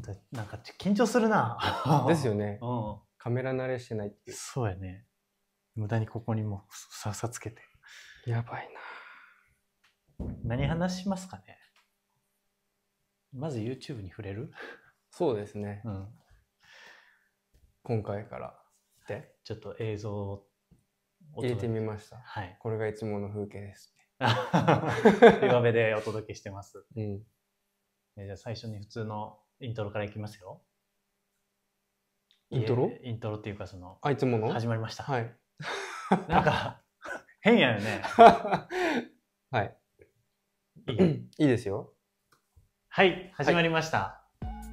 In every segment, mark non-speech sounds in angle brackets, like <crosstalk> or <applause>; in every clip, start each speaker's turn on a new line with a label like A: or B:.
A: だなんかち緊張する <laughs> な
B: ですよね。
A: うん
B: カメラ慣れしてないっていう。
A: そうやね無駄にここにもささつけて
B: やばいな。
A: 何話しますかねまず YouTube に触れる、
B: そうですね。
A: うん、
B: 今回から。で、
A: ちょっと映像を
B: 入れてみ
A: す
B: ました。
A: はい
B: これがいつもの風景です
A: <laughs> 岩辺でお届けしてます
B: ね。 <laughs> うん。
A: えじゃあ最初に普通のイントロからいきますよ
B: イントロ
A: いえイントロっていうかその
B: あ、いつもの
A: 始まりました、
B: はい。
A: なん <laughs> か変やよね
B: はい。
A: いい
B: <laughs> い <laughs> いですよ。
A: はい始まりました、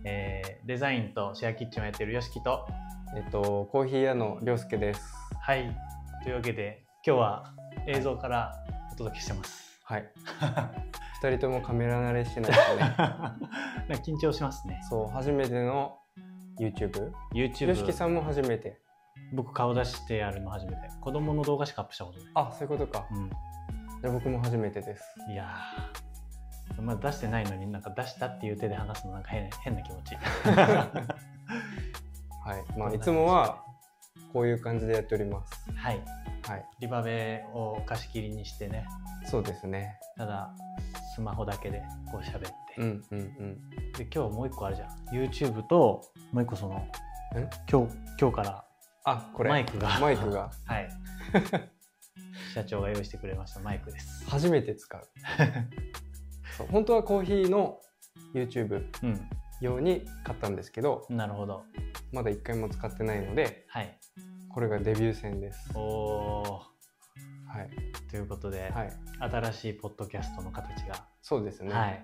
A: えーデザインとシェアキッチンをやってるよしきと
B: えっと、コーヒー屋のりょうすけです。
A: はいというわけで今日は映像からお届けして
B: <laughs>
A: ます
B: はい。二人ともカメラ慣れしてないです <laughs> ね。
A: なんか緊張しますね
B: そう、初めての YouTube。
A: YouTube
B: よしきさんも初めて。
A: 僕顔出してやるの初めて子供の動画しかアップしたことない、
B: あ、そういうことか。じゃあ僕も初めてです。
A: うん、いやーまだ出してないのになんか出したっていう手で話すのなんか変な変な気持
B: <laughs>
A: ちは
B: はい。まあ、いつもはこういう感じでやっております。
A: い
B: はい。
A: リバベを貸し切りにしてね
B: そうですね。
A: ただスマホだけでこう喋って、
B: うんうんうん。
A: で今日もう一個あるじゃん YouTube ともう一個その
B: え
A: 今日今日から
B: あ、これ。
A: マイクが
B: マイクが。
A: はい <laughs> 社長が用意してくれましたマイクです
B: 初めて使
A: <laughs>
B: う。そう本当はコーヒーの YouTube
A: うん
B: 用に買ったんですけど、
A: なるほど
B: まだ一回も使ってないので、
A: はい
B: これがデビュー戦です。
A: おお
B: はい。
A: ということで、
B: はい。
A: 新しいポッドキャストの形が、
B: そうですね。
A: はい、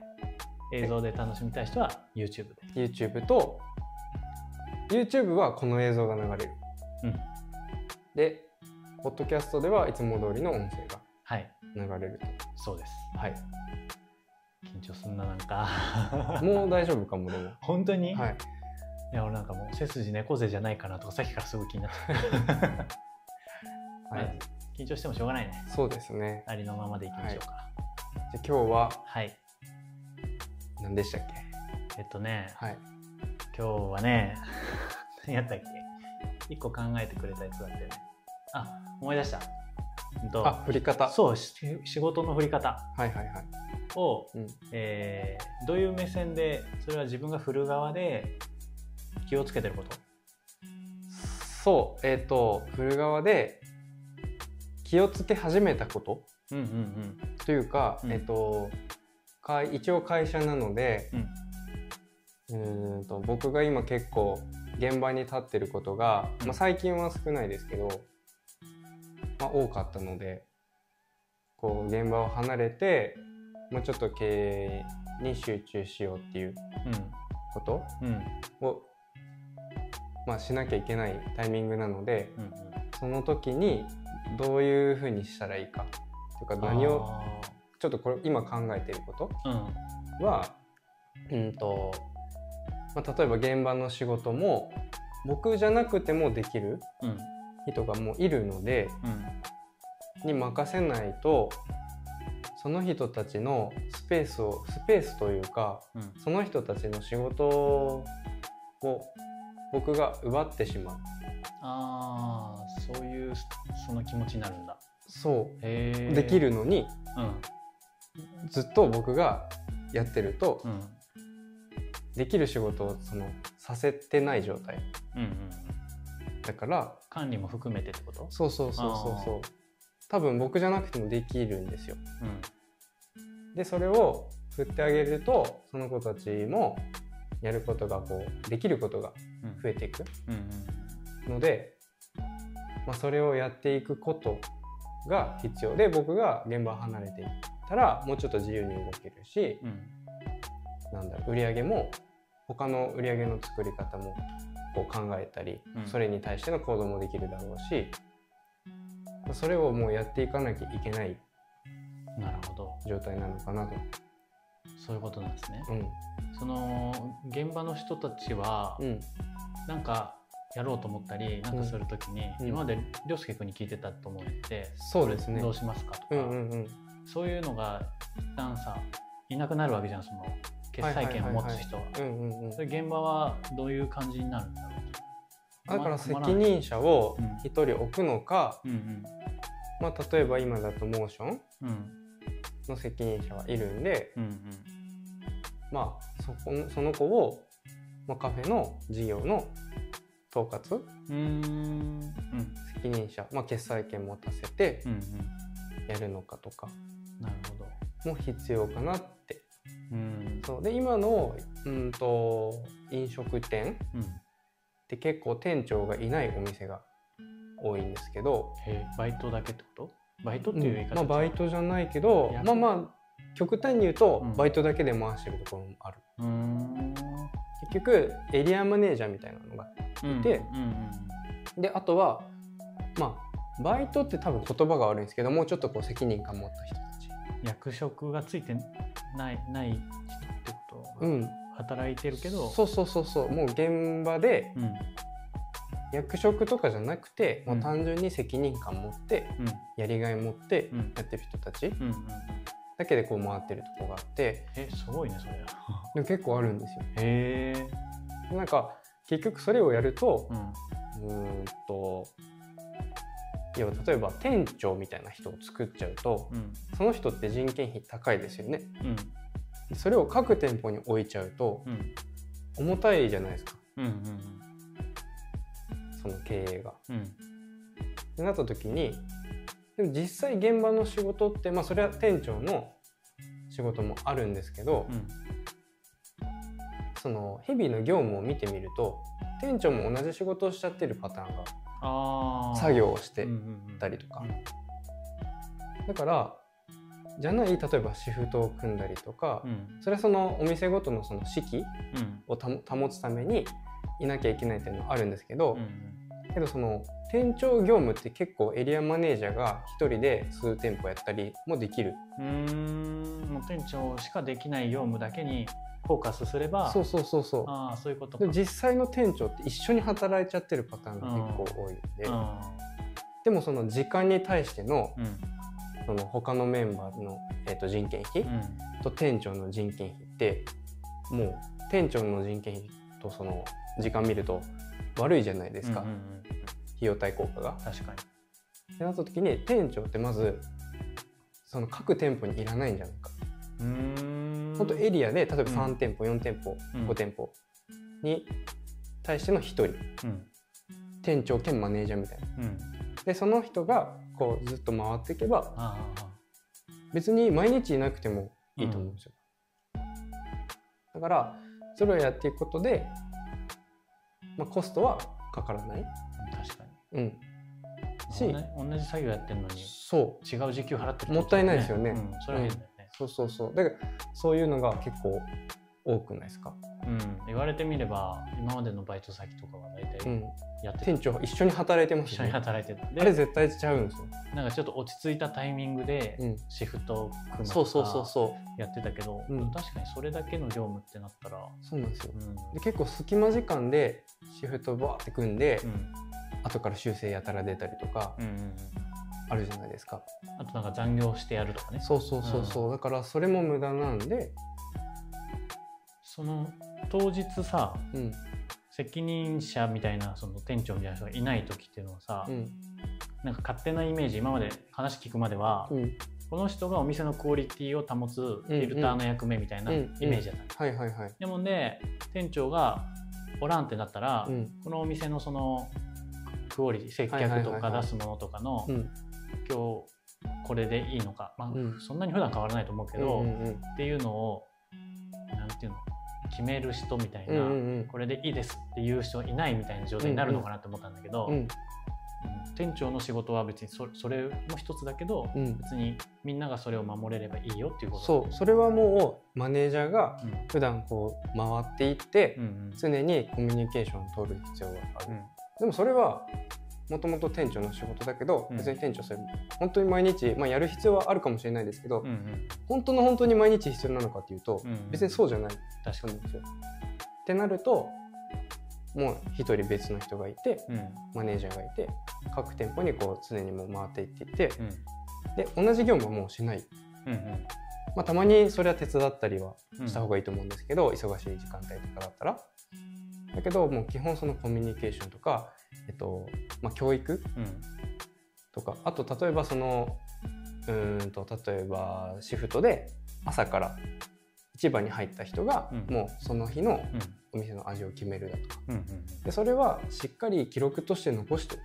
A: 映像で楽しみたい人は YouTube で、
B: YouTube と YouTube はこの映像が流れる
A: うん
B: でポッドキャストではいつも通りの音声が
A: はい
B: 流れる
A: そうです
B: とはい
A: 緊張すんななん <laughs> か
B: もう大丈夫かもでも
A: 本当に、
B: はい
A: いや俺なんかもう背筋猫背じゃないかなとかさっきからすごい気になっちゃう、
B: は
A: ま
B: い
A: あ緊張してもしょうがないね
B: そうですね
A: ありのままでいきましょうか
B: じゃあ今日は
A: はい、
B: 何でしたっけ
A: えっとね
B: はい
A: 今日はね <laughs> 何やったっけ一個考えてくれたやつだったよねあ思い出した、うんと、
B: あ振り方
A: そうし仕事の振り方
B: はいはいはい
A: を、
B: うん
A: えーどういう目線でそれは自分が振る側で気をつけてること
B: そうえっ、と振る側で気をつけ始めたこと
A: うんうん
B: というか、
A: うん
B: えっ、とかい一応会社なので、
A: うん
B: うーんと僕が今結構現場に立ってることが、
A: うん
B: まあ、最近は少ないですけど、まあ、多かったのでこう現場を離れてもうちょっと経営に集中しようっていうこと
A: うんうんうん
B: を、まあ、しなきゃいけないタイミングなので
A: うんうん
B: その時にどういうふうにしたらいいかというか何をちょっとこれ今考えていること
A: あー
B: は、うんとまあ、例えば現場の仕事も僕じゃなくてもできる
A: うんうん
B: 人がもういるので
A: うん
B: に任せないとその人たちのスペースをスペースというか
A: うん
B: その人たちの仕事を僕が奪ってしまう
A: ああそういうその気持ちになるんだ
B: そ
A: へえ
B: うできるのに
A: うん
B: ずっと僕がやってると
A: うん
B: できる仕事をそのさせてない状態
A: うんうん
B: だから
A: 管理も含めてってこと
B: そうそうそうそうそう多分僕じゃなくてもできるんですよ
A: うん
B: でそれを振ってあげるとその子たちもやることがこうできることが
A: うん
B: 増えていく
A: うん
B: ので、まあ、それをやっていくことが必要で僕が現場を離れていったらもうちょっと自由に動けるし
A: うんうん
B: なんだろう売り上げも他の売り上げの作り方もこう考えたり、
A: うん
B: それに対しての行動もできるだろうしまあそれをもうやっていかなきゃいけない
A: なるほど
B: 状態なのかなと。
A: そういうことなんですね
B: うん
A: その現場の人たちは
B: うん
A: なんかやろうと思ったりなんかするときに、
B: うん
A: 今まで涼介君に聞いてたと思って、
B: そうですね
A: どうしますかとか、
B: うんうんうん
A: そういうのが一旦さいなくなるわけじゃんその決済権を持つ人は。
B: うんうんうん
A: そ、れ現場はどういう感じになるんだろう
B: だから責
A: 困らない
B: 任者を
A: うん
B: 一人置くのか、
A: うん
B: まあ、例えば今だとモーション
A: うんうん
B: の責任者はいるんで、
A: うん
B: まあ、そこのその子を、まあ、カフェの事業の統括
A: うんうんうん
B: 責任者、まあ、決済権持たせて
A: うんうん
B: やるのかとか
A: なるほど
B: も必要かなって
A: うん
B: そうで今のうんと飲食店
A: うん
B: って結構店長がいないお店が多いんですけど、
A: へーバイトだけってことバイトっていう言い
B: ま
A: 方、
B: あ、バイトじゃないけど
A: や
B: まあまあ極端に言うと、
A: うん
B: バイトだけで回してるところもある
A: うーん
B: 結局エリアマネージャーみたいなのが
A: うん
B: で
A: うんうん
B: であとはまあバイトって多分言葉が悪いんですけどもうちょっとこう責任感持った人たち、
A: 役職がついてないない人ってこ
B: う
A: と、
B: ん、
A: 働いてるけど
B: そうそうそうそうもう現場で
A: うんうん
B: 役職とかじゃなくて、
A: うん
B: まあ、単純に責任感持ってやりがい持って
A: うん
B: やってる人たち
A: うんうん
B: だけでこう回ってるとこがあって
A: えすごいねそれ
B: でも結構あるんですよ。
A: へえ
B: なんか結局それをやると
A: う、ん
B: うーんと要は例えば店長みたいな人を作っちゃうと
A: うん
B: その人って人件費高いですよね
A: うん
B: それを各店舗に置いちゃうと
A: うん
B: 重たいじゃないですか
A: うん
B: その経営が。
A: うんうん
B: ってなった時にでも実際現場の仕事ってまあそれは店長の仕事もあるんですけど、
A: うん
B: その日々の業務を見てみると店長も同じ仕事をしちゃってるパターンが
A: あー
B: 作業をしてた
A: り
B: りとか、だからじゃない例えばシフトを組んだりとか、
A: うん
B: それはそのお店ごとのその士気
A: うん
B: を保保つためにいなきゃいけないっていうのはあるんですけど
A: う、ん
B: けどその店長業務って結構エリアマネージャーが一人で数店舗やったりもできる
A: うんうーんもう店長しかできない業務だけにフォーカスすれば
B: そうそうそうそ
A: ああそういうことか
B: うでも実際の店長って一緒に働いちゃってるパターンが結構多いんで、でもその時間に対しての
A: うん
B: その他のメンバーの、えー、と人件費
A: うん
B: と店長の人件費ってもう店長の人件費とその時間見ると悪いじゃないですか、
A: うんうん
B: 費
A: うん
B: 用対効果が。
A: 確かに
B: ってなった時に店長ってまずその各店舗にいらないんじゃないか
A: うーん
B: 本当エリアで例えば
A: ん
B: 3店舗、4店舗
A: うん
B: 5店舗に対しての1人
A: うん
B: 店長兼マネージャーみたいな
A: うん
B: でその人がこうずっと回っていけば
A: あーあ
B: 別に毎日いなくてもいいと思うんですよ、だからそれをやっていくことで、まあ、コストはかからない、
A: ー確かに
B: うん、し
A: 同じ同じ作業やってるのに
B: そう
A: 違う時給払ってるってことだよね
B: もったいないですよね
A: うんそれは変だよね
B: そうそうそうだからそういうのが結構多くないですか、
A: うん言われてみれば今までのバイト先とかは大
B: う
A: 体
B: ん、
A: やってて
B: 店長一緒に働いてます
A: 一緒
B: よ
A: に
B: ね
A: 働いてた
B: あれ絶対ちゃうんですよ、
A: なんかちょっと落ち着いたタイミングで
B: うん、
A: シフトを組む
B: そ
A: と
B: うそうそう
A: か
B: そ
A: やってたけど、
B: うん
A: 確かにそれだけの業務ってなったら、
B: うそうなんですよ
A: うん
B: で結構隙間時間でシフトバーって組んで、
A: うん
B: 後から修正やたら出たりとか
A: うんうん
B: あるじゃないですか、
A: あとなんか残業してやるとかね
B: そうそうそうそう、だからそれも無駄なんで、
A: その当日さ
B: うん
A: 責任者みたいなその店長みたいな人がいない時っていうのはさ、
B: うん
A: なんか勝手なイメージ今まで話聞くまでは、
B: うん、
A: この人がお店のクオリティを保つフィルターの役目みたいなイメージだった、
B: はいはいはい、
A: でもね店長がおらんってなったら、
B: うん
A: このお店のそのクオリティ接客と
B: はいはいはいは
A: か
B: い
A: 出すものとかの
B: うん、
A: 今日これでいいのか、まあ
B: うん
A: そんなに普段変わらないと思うけど、
B: うんうん
A: っていうのをなんていうの決める人みたい
B: うんう
A: な、
B: んうん
A: これでいいですっていう人いないみたいな状態になるのかなって思ったんだけど、
B: うん
A: うん店長の仕事は別にそそれも一つだけど、
B: うん
A: 別にみんながそれを守れればいいよっていうこと
B: そうそれはもうマネージャーが
A: う、うん
B: 普段こう回っていって、
A: うんうん
B: 常にコミュニケーションを取る必要がある、
A: うん
B: でもそれはもともと店長の仕事だけど、
A: うん
B: 別に店長それ本当に毎日、まあ、やる必要はあるかもしれないですけど、
A: うんうん
B: 本当の本当に毎日必要なのかっていうと、
A: うんうん
B: 別にそうじゃない
A: 確
B: と
A: かに
B: 思うんですよ。ってなるともう一人別の人がいて
A: うん
B: マネージャーがいて各店舗にこう常にもう回っていっていって
A: うん
B: で同じ業務はもうしない
A: うんうん
B: まあ、たまにそれは手伝ったりは
A: うん
B: した方がいいと思うんですけど、忙しい時間帯とかだったら。だけどもう基本そのコミュニケーションとか、えっとまあ、教育
A: うん
B: とかあと例えばそのうーんと例えばシフトで朝から市場に入った人が、
A: うん
B: もうその日の
A: うん
B: お店の味を決めるだとか
A: うんうん
B: でそれはしっかり記録として残して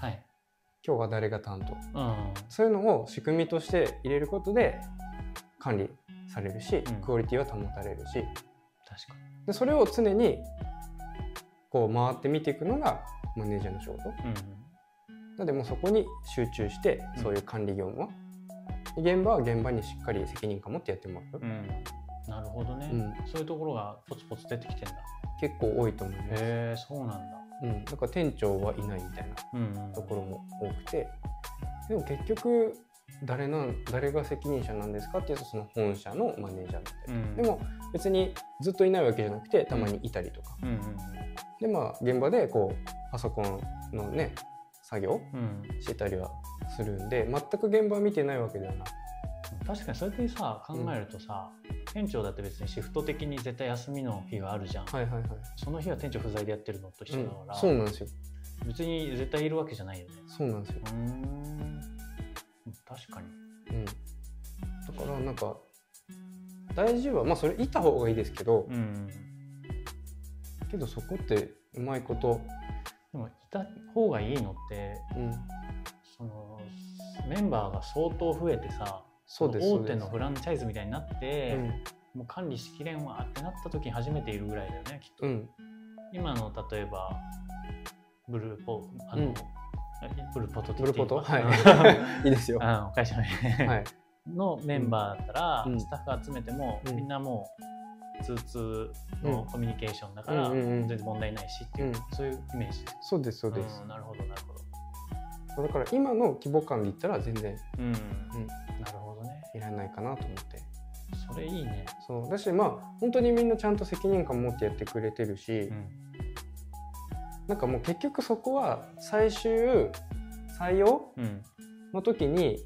A: はい
B: 今日は誰が担当
A: うん
B: そういうのを仕組みとして入れることで管理されるし、
A: ん
B: クオリティは保たれるし
A: 確か
B: でそれを常にこう回って見ていくのがマネージャーの仕事な
A: に
B: のでもうそこに集中して
A: うん
B: そういう管理業務は、で現場は現場にしっかり責任感持ってやってもらう、
A: うん、うん、なるほどね、
B: うん
A: そういうところがポツポツ出てきてんだ
B: 結構多いと思います、
A: へえそうなんだ
B: うん、だから店長はいないみたい
A: う
B: な
A: ん、うん、
B: ところも多くてでも結局誰なん誰が責任者なんですかっていうとその本社のマネージャーだったり
A: うん
B: でも別にずっといないわけじゃなくてたまにいたりとか、
A: うん
B: でまあ現場でこうパソコンのね作業
A: うんうん
B: してたりはするんで全く現場は見てないわけではない
A: 確かにそれでさ考えるとさ、店長だって別にシフト的に絶対休みの日があるじゃん、
B: はいはいはい、
A: その日は店長不在でやってるのと一緒だから、
B: そうなんですよ
A: 別に絶対いるわけじゃないよね
B: そうなんですよ
A: うーん確かに
B: うんだからなんか大事はまあそれいた方がいいですけど、
A: ん
B: けどそこってうまいこと、
A: でもいた方がいいのって
B: うん、
A: そのメンバーが相当増えてさ
B: そうです
A: 大手の
B: そう
A: フランチャイズみたいになって、
B: です
A: もう管理しきれんわってなった時に初めているぐらいだよねきっと
B: うん、うん、
A: 今の例えばブルーポあの、
B: うん
A: えブルーポトって言
B: ブル
A: ってい
B: ポ
A: いの
B: ト
A: か <laughs>
B: はいいいですよは
A: あの会社のね、
B: い
A: のメンバーだったら、
B: うん
A: スタッフ集めても、
B: うん
A: みんなもう通通のコミュニケーションだから、
B: うんうんうん
A: 全然問題ないしっていう、
B: うん
A: そういうイメージです
B: そうですそうです、
A: んなるほどなるほど
B: だから今の規模感で言ったら全然
A: うん、なるほどね
B: いらないかなと思って
A: それいいね
B: そうだしまあ本当にみんなちゃんと責任感持ってやってくれてるし、
A: うん
B: なんかもう結局そこは最終採用
A: うん
B: の時に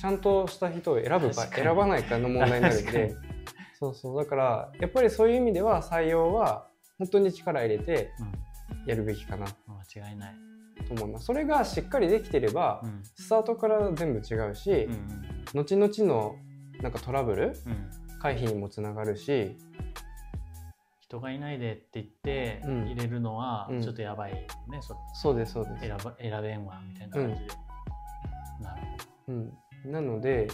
B: ちゃんとした人を選ぶか
A: 確かに
B: 選ばないかの問題になるんでそうそうだからやっぱりそういう意味では採用は本当に力入れてやるべきかなと
A: 間違いない、
B: 思いますそれがしっかりできてれば、
A: うん
B: スタートから全部違うし、
A: うん
B: 後々のなんかトラブ
A: う
B: ル
A: んうん、
B: 回避にもつながるし
A: 人がいないでって言って
B: うん
A: 入れるのは
B: うん
A: ちょっとやばいね、それ
B: そうですそうです
A: 選ば選べんわみたいな感じで、なるほど
B: うん、なので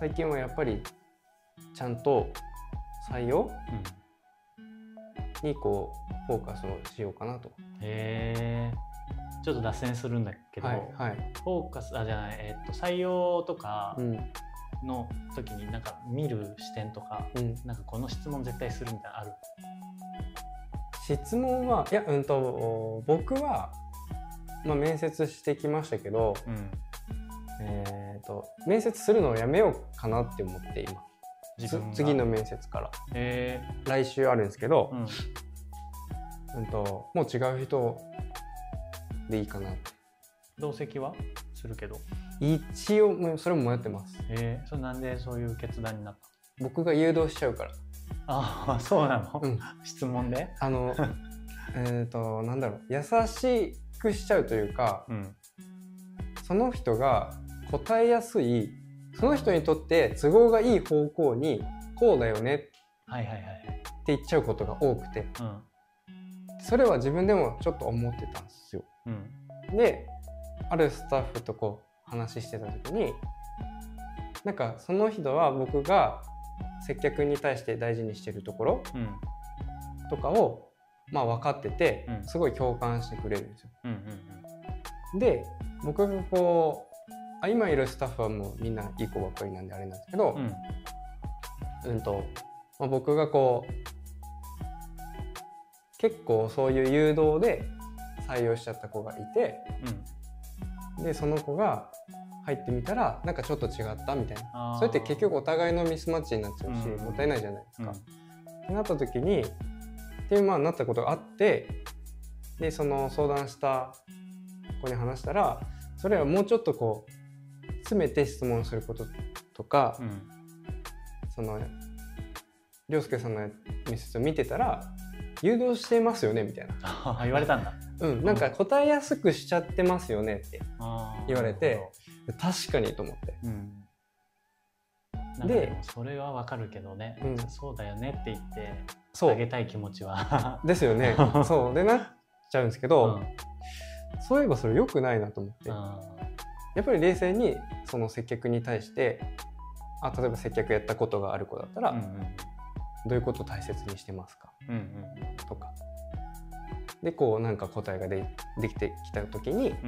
B: 最近はやっぱりちゃんと採用
A: うん
B: にこうフォーカスをしようかなと。
A: へえちょっと脱線するんだけど、
B: はいはい。
A: フォーカスあじゃない、えっと採用とか
B: うん
A: の時になんか見る視点とか、
B: うん。
A: なんかこの質問絶対するみたいなのある
B: 質問はいやうんとお僕はまあ面接してきましたけど、
A: うん
B: えっ、と面接するのをやめようかなって思って今
A: 自分が
B: つ次の面接から
A: へ
B: 来週あるんですけど
A: え、うん
B: うん、ともう違う人でいいかなって。
A: 同席はするけど
B: 一応もうそれも迷ってます。
A: へえそれなんでそういう決断になった
B: 僕が誘導しちゃうから。
A: ああそうなの、
B: うん
A: 質問で <laughs>
B: あのえっとなんだろう優しくしちゃうというか
A: うん
B: その人が答えやすいその人にとって都合がいい方向にこうだよねって
A: はいはいはい
B: 言っちゃうことが多くて
A: うん
B: それは自分でもちょっと思ってたんですよ。
A: うん
B: であるスタッフとこう話してた時になんかその人は僕が接客に対して大事にしてるところ
A: うん
B: とかをまあ分かってて
A: うん
B: すごい共感してくれるんですよ。
A: うん
B: で僕がこうあ今いるスタッフはもうみんないい子ばっかりなんであれなんですけど
A: うんう、ん
B: うんとまあ、僕がこう結構そういう誘導で採用しちゃった子がいて
A: うん
B: でその子が入ってみたらなんかちょっと違ったみたいな
A: あー
B: それって結局お互いのミスマッチになっちゃうし、
A: うん
B: もったいないじゃないです
A: うん
B: か。ってなった時にっていうまあなったことがあってでその相談した子に話したらそれはもうちょっとこう詰めて質問することとか、
A: うん
B: その凌介さんの面接を見てたら誘導してますよねみたいな、
A: あ言われたんだ
B: うん、なんか答えやすくしちゃってますよねって言われて
A: なるほ
B: 確かにと思って
A: どうんなんか
B: で
A: でもそれはわかるけどね、
B: うん
A: そうだよねって言って
B: そ
A: あげ
B: う
A: たい気持ちは
B: です
A: <laughs>
B: よねそうでなっちゃうんです
A: う
B: け
A: ん
B: ど、そういえばそれ良くないなと思って、
A: うん
B: やっぱり冷静にその接客に対してあ例えば接客やったことがある子だったら、
A: うんうん
B: どういうことを大切にしてますか
A: うんうん
B: とかでこうなんか答えがでできてきた時に
A: うん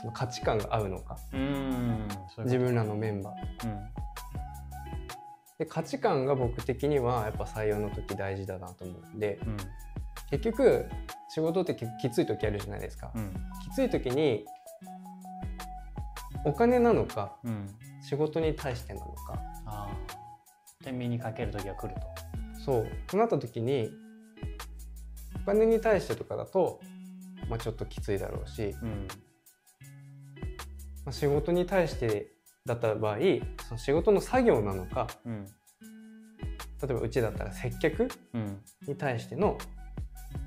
B: その価値観が合うのか
A: うーんそうい
B: 自
A: うこ
B: 分らのメンバー
A: とうん
B: で価値観が僕的にはやっぱ採用の時大事だなと思うんで
A: うん
B: 結局仕事ってききつい時あるじゃないですか、
A: うん
B: きつい時にお金なのか
A: うん
B: 仕事に対してなのか
A: ああ天秤にかける時は来ると
B: そうとなった時にお金に対してとかだと、まあ、ちょっときついだろうし、
A: うん
B: まあ、仕事に対してだった場合その仕事の作業なのか
A: うん
B: 例えばうちだったら接客
A: うん
B: に対しての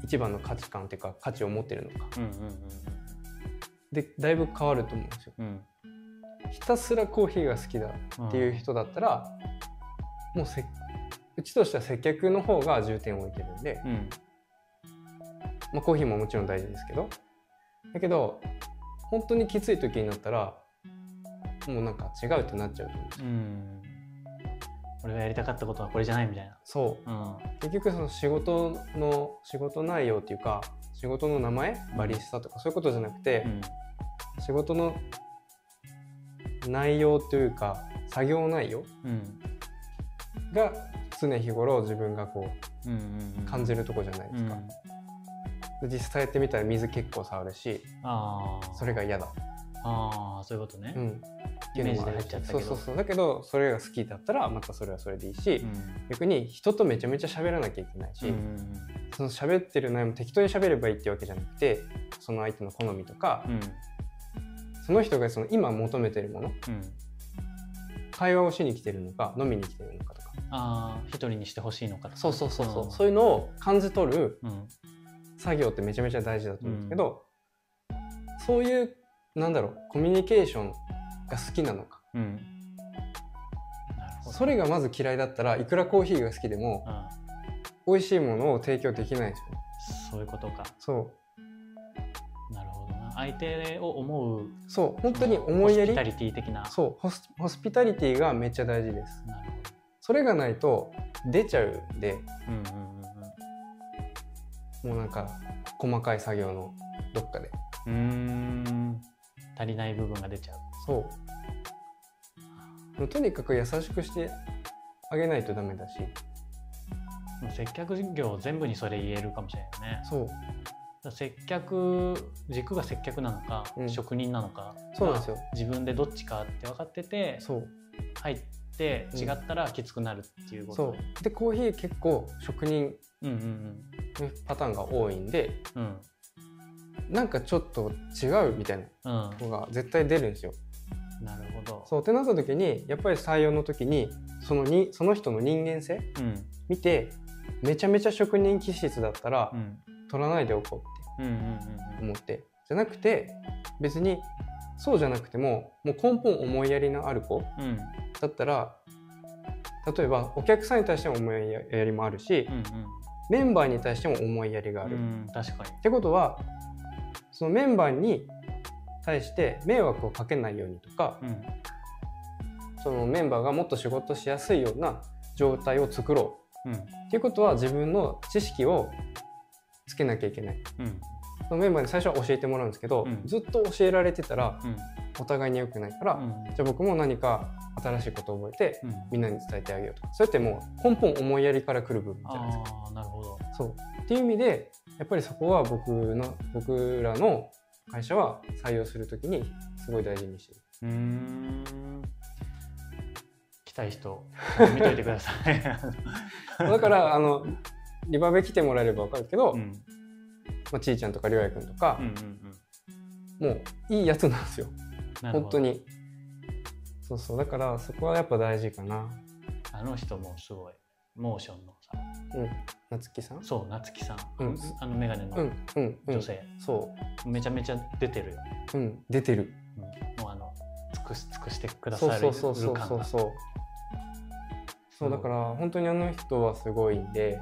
B: 一番の価値観っていうか価値を持ってるのか
A: うんうん
B: でだいぶ変わると思うんですよ
A: うんうん
B: ひたすらコーヒーが好きだ
A: うん
B: っていう人だったら、もうせうちとしては接客の方が重点を置いてるんで、
A: うん
B: まあ、コーヒーももちろん大事ですけどだけど本当にきつい時になったらもうなんか違うってなっちゃうと思うんですよ
A: うん俺がやりたかったことはこれじゃないみたいな
B: そう
A: うん
B: 結局その仕事の仕事内容っていうか仕事の名前バリスタとかそういうことじゃなくて、
A: うん
B: 仕事の内容というか作業内容
A: うん
B: が常日頃自分がこ
A: うんうんうん
B: う感じるとこじゃないで
A: う
B: す
A: ん
B: か、で実際やってみたら水結構触るし
A: ああ
B: それが嫌だ、
A: ああそういうことね
B: うん、
A: イメージで入っちゃったけど
B: そうそうそうだけどそれが好きだったらまたそれはそれでいいし、
A: うん
B: 逆に人とめちゃめちゃ喋らなきゃいけないし、
A: うん
B: その喋ってる内容も適当に喋ればいいってわけじゃなくてその相手の好みとか
A: う、ん
B: その人がその今求めてるもの
A: うん
B: 会話をしに来てるのか飲みに来てるのかとか
A: ああ一人にしてほしいのかとか
B: そうそうそうそう、そういうのを感じ取る
A: うん
B: 作業ってめちゃめちゃ大事だと思うんですけど、そういうなんだろうコミュニケーションが好きなのか
A: うんなるほど
B: それがまず嫌いだったらいくらコーヒーが好きでも
A: あ
B: 美味しいものを提供できないんですよね
A: そういうことか
B: そ
A: なるほどな相手を思う
B: うそう本当に思いやり
A: ホスピタリティ的な
B: そうホスホスピタリティがめっちゃ大事です
A: なるほど
B: それがないと出ちゃうんで
A: うんうんうんうん
B: もうなんか細かい作業のどっかで
A: うーん足りない部分が出ちゃう。
B: そうとにかく優しくしてあげないとダメだし
A: もう接客業全部にそれ言えるかもしれないよね。
B: そ
A: だ
B: う
A: から接客軸が接客なのか、
B: うん
A: 職人なのか
B: そうなんですよ、
A: 自分でどっちかって分かってて
B: そう
A: 入って
B: うん
A: 違ったらきつくなるっていうこと。
B: そうでコーヒー結構職人
A: うんうん
B: のパターンが多いんで
A: うんうん
B: なんかちょっと違うみたいな
A: うん
B: のが絶対出るんですよ
A: なるほど。
B: そうってなった時にやっぱり採用の時にそのにその人の人間性
A: うん
B: 見てめちゃめちゃ職人気質だったら
A: うん
B: 取らないでおこうって
A: うんうんうん
B: 思ってじゃなくて別にそうじゃなくてももう根本思いやりのある子
A: うんうん
B: だったら例えばお客さんに対しても思いやりもあるし
A: うん
B: メンバーに対しても思いやりがあ
A: うん
B: る。
A: う
B: っ
A: ん確かに。
B: てことはそのメンバーに対して迷惑をかけないようにとか
A: うん
B: そのメンバーがもっと仕事しやすいような状態を作ろ
A: うん
B: うっていうことは自分の知識をつけなきゃいけない。
A: うん
B: そのメンバーに最初は教えてもらうんですけど、
A: うん
B: ずっと教えられてたら
A: うん
B: お互いに良くないから、
A: うん
B: じゃあ僕も何か新しいことを覚えて
A: うん
B: みんなに伝えてあげようとかそれってもう根本思いやりから来る部分じゃないですか。
A: ああなるほど。
B: そうっていう意味でやっぱりそこは僕の僕らの会社は採用するときにすごい大事にしてる。
A: うーん来たい人あの見といてください。 <laughs>
B: だからあのリバベ来てもらえれば分かるけど、
A: うん
B: まあ、ちーちゃんとかりょうやくんとか
A: うんう、ん
B: もういいやつなんですよ
A: うん、
B: 本当
A: に
B: に。そうそうだからそこはやっぱ大事かな。
A: あの人もすごいモーションのさ
B: 夏木さん
A: そう夏木さん、
B: うん
A: あの眼鏡の
B: うんうんうん
A: 女性、
B: そ
A: めちゃめちゃ出てるよね、
B: ううん出てる
A: うんもうあの尽くし尽くしてくだ
B: そう
A: さ
B: そ
A: る
B: うそうそう
A: 感
B: そう
A: が
B: そうそうだから本当にあの人はすごいんで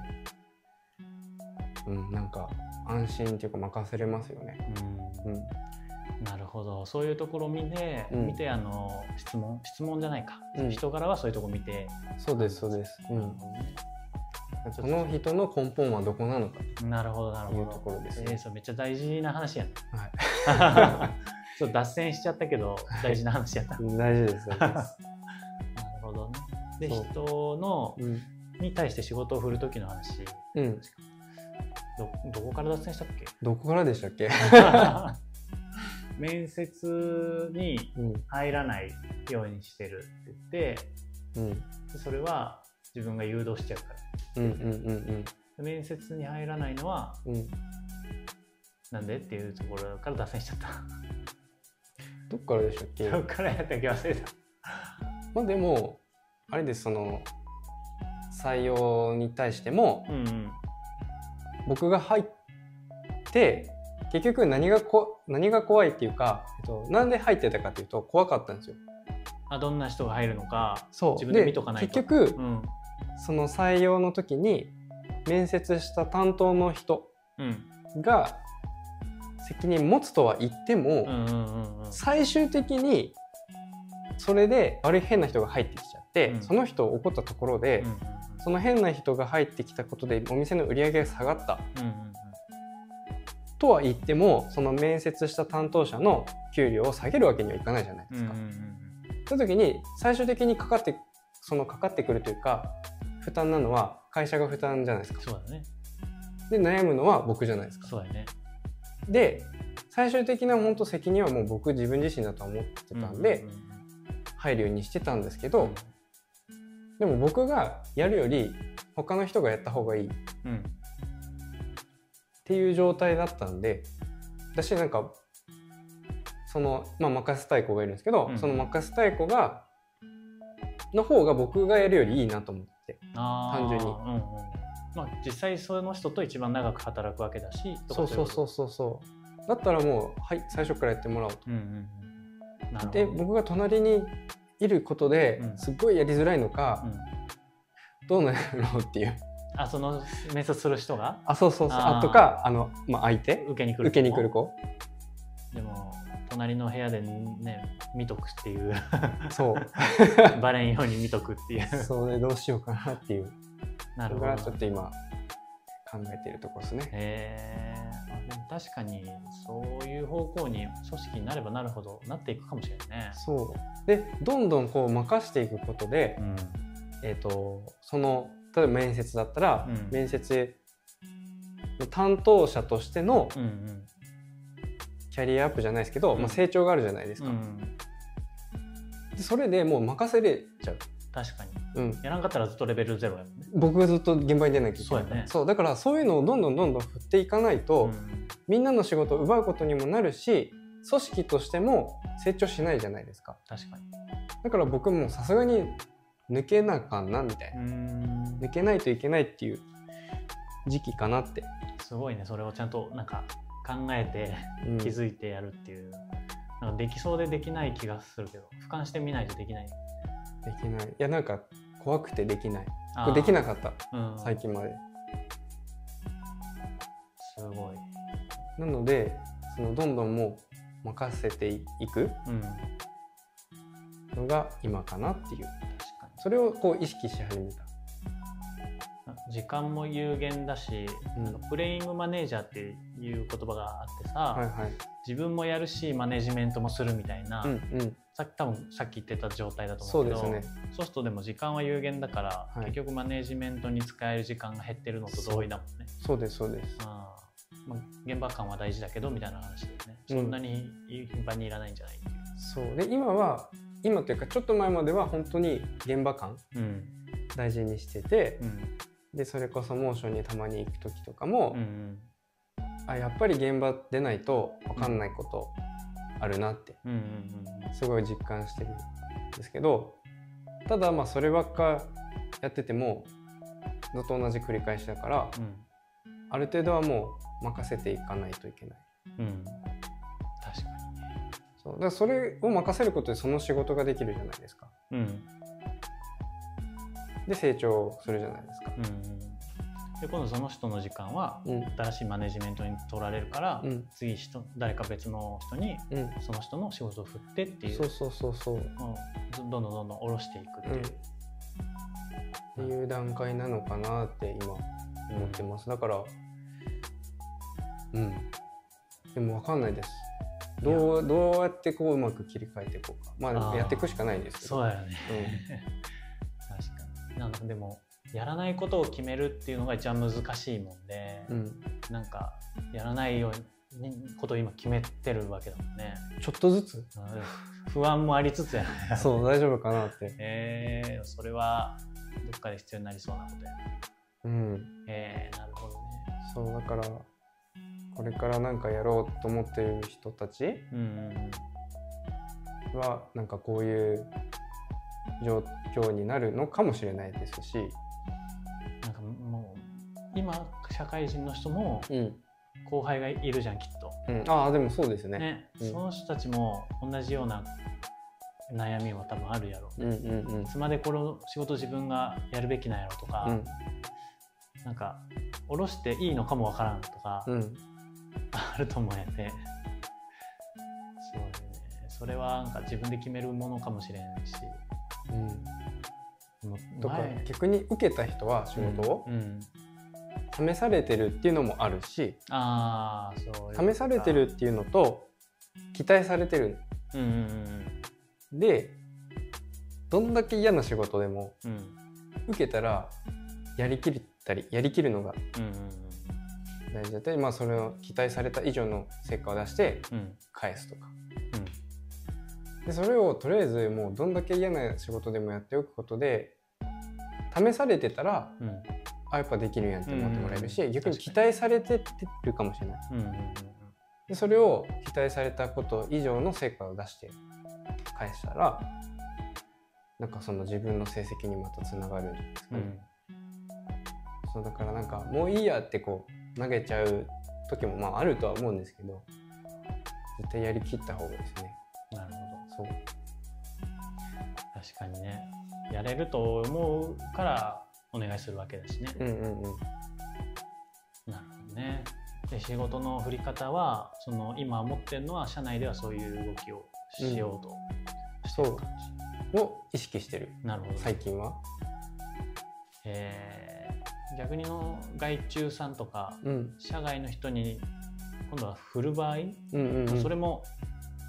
B: うんなんか安心っていうか任せれますよね
A: うん
B: うん
A: なるほどそういうところを見て、
B: うん
A: 見てあの質問質問じゃないか、
B: うん
A: 人柄はそういうとこ見て、
B: そうですそうです、う
A: なる
B: ん、
A: ほどね
B: この人の根本はどこなのか
A: なるほどなる
B: とい
A: ほ
B: うとこ
A: ど
B: ろです
A: えー
B: ね、
A: そうめっちゃ大事な話やね
B: は
A: <laughs>
B: い
A: ちょっと脱線しちゃったけど大事な話やった、
B: 大事です大事です、
A: なるほどねで
B: そう
A: 人の
B: <laughs> うん
A: に対して仕事を振る時の話
B: うん、
A: どどこから脱線したっけ
B: どこからでしたっけ、
A: <laughs> 面接に
B: うん
A: 入らないようにしてるって言って
B: うん、
A: でそれは自分が誘導しちゃうから
B: うんうんうん
A: で面接に入らないのは
B: うんうん
A: なんでっていうところから脱線しちゃった
B: どこからでしたっ <laughs> け
A: どっ <laughs> からやったっけ忘れた
B: まあでもあれですその採用に対しても
A: うんうん
B: 僕が入って結局何がこ何が怖いっていうか、えっと、なんで入ってたかっていうと怖かったんですよ。
A: あどんな人が入るのか
B: そう
A: 自分で見とかないと
B: 結局、
A: うん
B: その採用の時に面接した担当の人
A: うん
B: が責任持つとは言っても、
A: うんうんうんうん
B: 最終的にそれで悪い変な人が入ってきちゃって、
A: うん
B: その人を怒ったところで、その変な人が入ってきたことでお店の売り上げが下がった
A: うんうんうん
B: とは言ってもその面接した担当者の給料を下げるわけにはいかないじゃないで
A: うんうん
B: すか。
A: うん
B: そういう時に最終的にかかってそのかかってくるというか負担なのは会社が負担じゃないですか。
A: そうだね
B: で悩むのは僕じゃないですか。
A: そうだね
B: で最終的な本当責任はもう僕自分自身だとは思ってたんで
A: うう
B: 入るようにしてたんですけ
A: う
B: ど
A: ん
B: でも僕がやるより他の人がやった方がいいっ
A: うんうん
B: ていう状態だったんで私なんかその、まあ、任せたい子がいるんですけど、
A: うん
B: その任せたい子がの方が僕がやるよりいいなと思って
A: あー
B: 単純に
A: うんうんまあ実際その人と一番長く働くわけだしと
B: そ
A: か
B: うそう
A: いこ
B: そうそうそうだったらもうはい最初からやってもらおうと
A: とうんうんうんなるほど
B: で僕が隣にいることで
A: うん
B: すっごいやりづらいのか
A: う、ん
B: どうなるのっていう
A: あその面接する人が
B: <laughs> あそうそうそう
A: あー
B: あとかあの、まあ、相手
A: 受けに来る
B: 受けに来る子
A: でも隣の部屋でね見とくって
B: <laughs>
A: いう
B: そう
A: バレんように見とくっていう
B: それどうしようかなっていう
A: な
B: そ
A: るほ
B: れがちょ
A: ど
B: っと今考えているところですね。
A: へえでも確かにそういう方向に組織になればなるほどなっていくかもしれないね
B: そうでどんどんこう任していくことで、
A: うん
B: えー、とその例えば面接だったら、
A: うん
B: 面接の担当者としての
A: うんうん
B: キャリアアップじゃないですけど、
A: うん
B: まあ、成長があるじゃないです
A: う
B: か、
A: ん
B: でそれでもう任せれちゃう、
A: 確かに
B: うん、
A: やらんかったらずっとレベルゼロやもんね
B: 僕がずっと現場に出なきゃいけない
A: そうやね
B: だからそういうのをどんどんどんどん振っていかないと、
A: うん
B: みんなの仕事を奪うことにもなるし組織としても成長しないじゃないですか
A: 確かに
B: だから僕もさすがに抜けなあかんなみたいな
A: う、ん
B: 抜けないといけないっていう時期かなって、
A: すごいねそれをちゃんとなんか考えて
B: うん
A: 気づいてやるっていう、なんかできそうでできない気がするけど俯瞰してみないとできない
B: できないいやなんか怖くてできない
A: あー
B: できなかった
A: うん、
B: 最近まで、
A: すごい、
B: なのでそのどんどんもう任せていく
A: うん、確
B: のが今かなっていう
A: か
B: それをこう意識し始めた
A: に時間も有限だし、
B: うん
A: なんかプレイングマネージャーっていう言葉があってさ、
B: はいはい
A: 自分もやるしマネジメントもするみたいな、
B: うんうん
A: さっき多分さっき言ってた状態だと
B: そ
A: 思う
B: う
A: けど
B: ですね
A: そうするとでも時間は有限だから、
B: はい
A: 結局マネジメントに使える時間が減ってるのと同意だもんね。
B: そうですそうです
A: あーまあ、現場感は大事だけどみたいな話でね、
B: うん
A: そんなに頻繁にいらないんじゃないってい
B: そうで今は今というかちょっと前までは本当に現場感
A: う。うん
B: 大事にしてて
A: う、ん
B: でそれこそモーションにたまに行く時とかも
A: う、ん
B: あやっぱり現場出ないと分かんないことあるなって
A: うんうんうん
B: すごい実感してるんですけどただまあそればっかやっててもずっと同じ繰り返しだから
A: うん
B: ある程度はもう任せていかないといけない
A: うん確かにね
B: そうだからそれを任せることでその仕事ができるじゃないですか
A: うん
B: で成長するじゃないですか
A: うんで今度その人の時間は
B: うん
A: 新しいマネジメントに取られるから、
B: うん
A: 次人誰か別の人に
B: うん
A: その人の仕事を振ってっていう
B: そうそうそうそうっ
A: もうどんどんどんどん下ろしていくっていう、
B: ていう段階なのかなって今思ってますだからうんでも分かんないですどうどうやってこううまく切り替えていこうかま
A: あ
B: あ
A: ー
B: やっていくしかないですけど
A: そうやよね
B: うん
A: 確かになんかでもやらないことを決めるっていうのが一番難しいもんで、
B: うん
A: なんかやらないようにことを今決めてるわけだもんね
B: ちょっとず
A: <laughs>
B: つ
A: うん不安もありつ
B: <laughs>
A: つやね
B: そう大丈夫かなって
A: えー、それはどっかで必要になりそうなことやね
B: うん
A: えー、なるほどね
B: そうだからこれからなんかやろうと思ってる人たち
A: うんうん
B: はなんかこういう状況になるのかもしれないですし、
A: うんなんかもう今社会人の人も
B: うん
A: 後輩がいるじゃんきっと
B: うん、ああでもそうですね
A: ね、
B: うん
A: その人たちも同じような悩みは多分あるやろ
B: うんうんうん
A: いつまでこの仕事自分がやるべきなんやろとか、
B: うん
A: なんか下ろしていいのかもわからんとか、
B: うん
A: あると思うんやねそうだよねそれはなんか自分で決めるものかもしれんし
B: うん
A: もう
B: とか
A: 前
B: 逆に受けた人は仕事を
A: うんうん
B: 試されてるっていうのもあるし
A: ああそういうことか
B: 試されてるっていうのと期待されてる
A: うんうん
B: でどんだけ嫌な仕事でも
A: うんうん
B: 受けたらやりきったりやりきるのが
A: うんうん
B: 大事だったり、まあ、それを期待された以上の成果を出して
A: うんうん
B: 返すとかでそれをとりあえずもうどんだけ嫌な仕事でもやっておくことで試されてたら
A: うんうん
B: あやっぱできるやんって思ってもらえるし、
A: うん
B: 逆に期
A: 確
B: 待されてってるかもしれない
A: うんうんうん
B: でそれを期待されたこと以上の成果を出して返したらなんかその自分の成績にまたつながるんです
A: う
B: かね、
A: ん
B: そうだからなんかもういいやってこう投げちゃう時もまああるとは思うんですけど絶対やりきった方がいいですね
A: なるほど
B: そう
A: 確かにねやれると思うからお願いするわけだしね、
B: うんうんうん
A: なるほどねで仕事の振り方はその今持ってるのは社内ではそういう動きをしようと、
B: そうを意識してる
A: なるほど、
B: 最近は
A: えー逆にの外注さんとか
B: うん
A: 社外の人に今度は振る場合、
B: うんうん、うん、
A: それも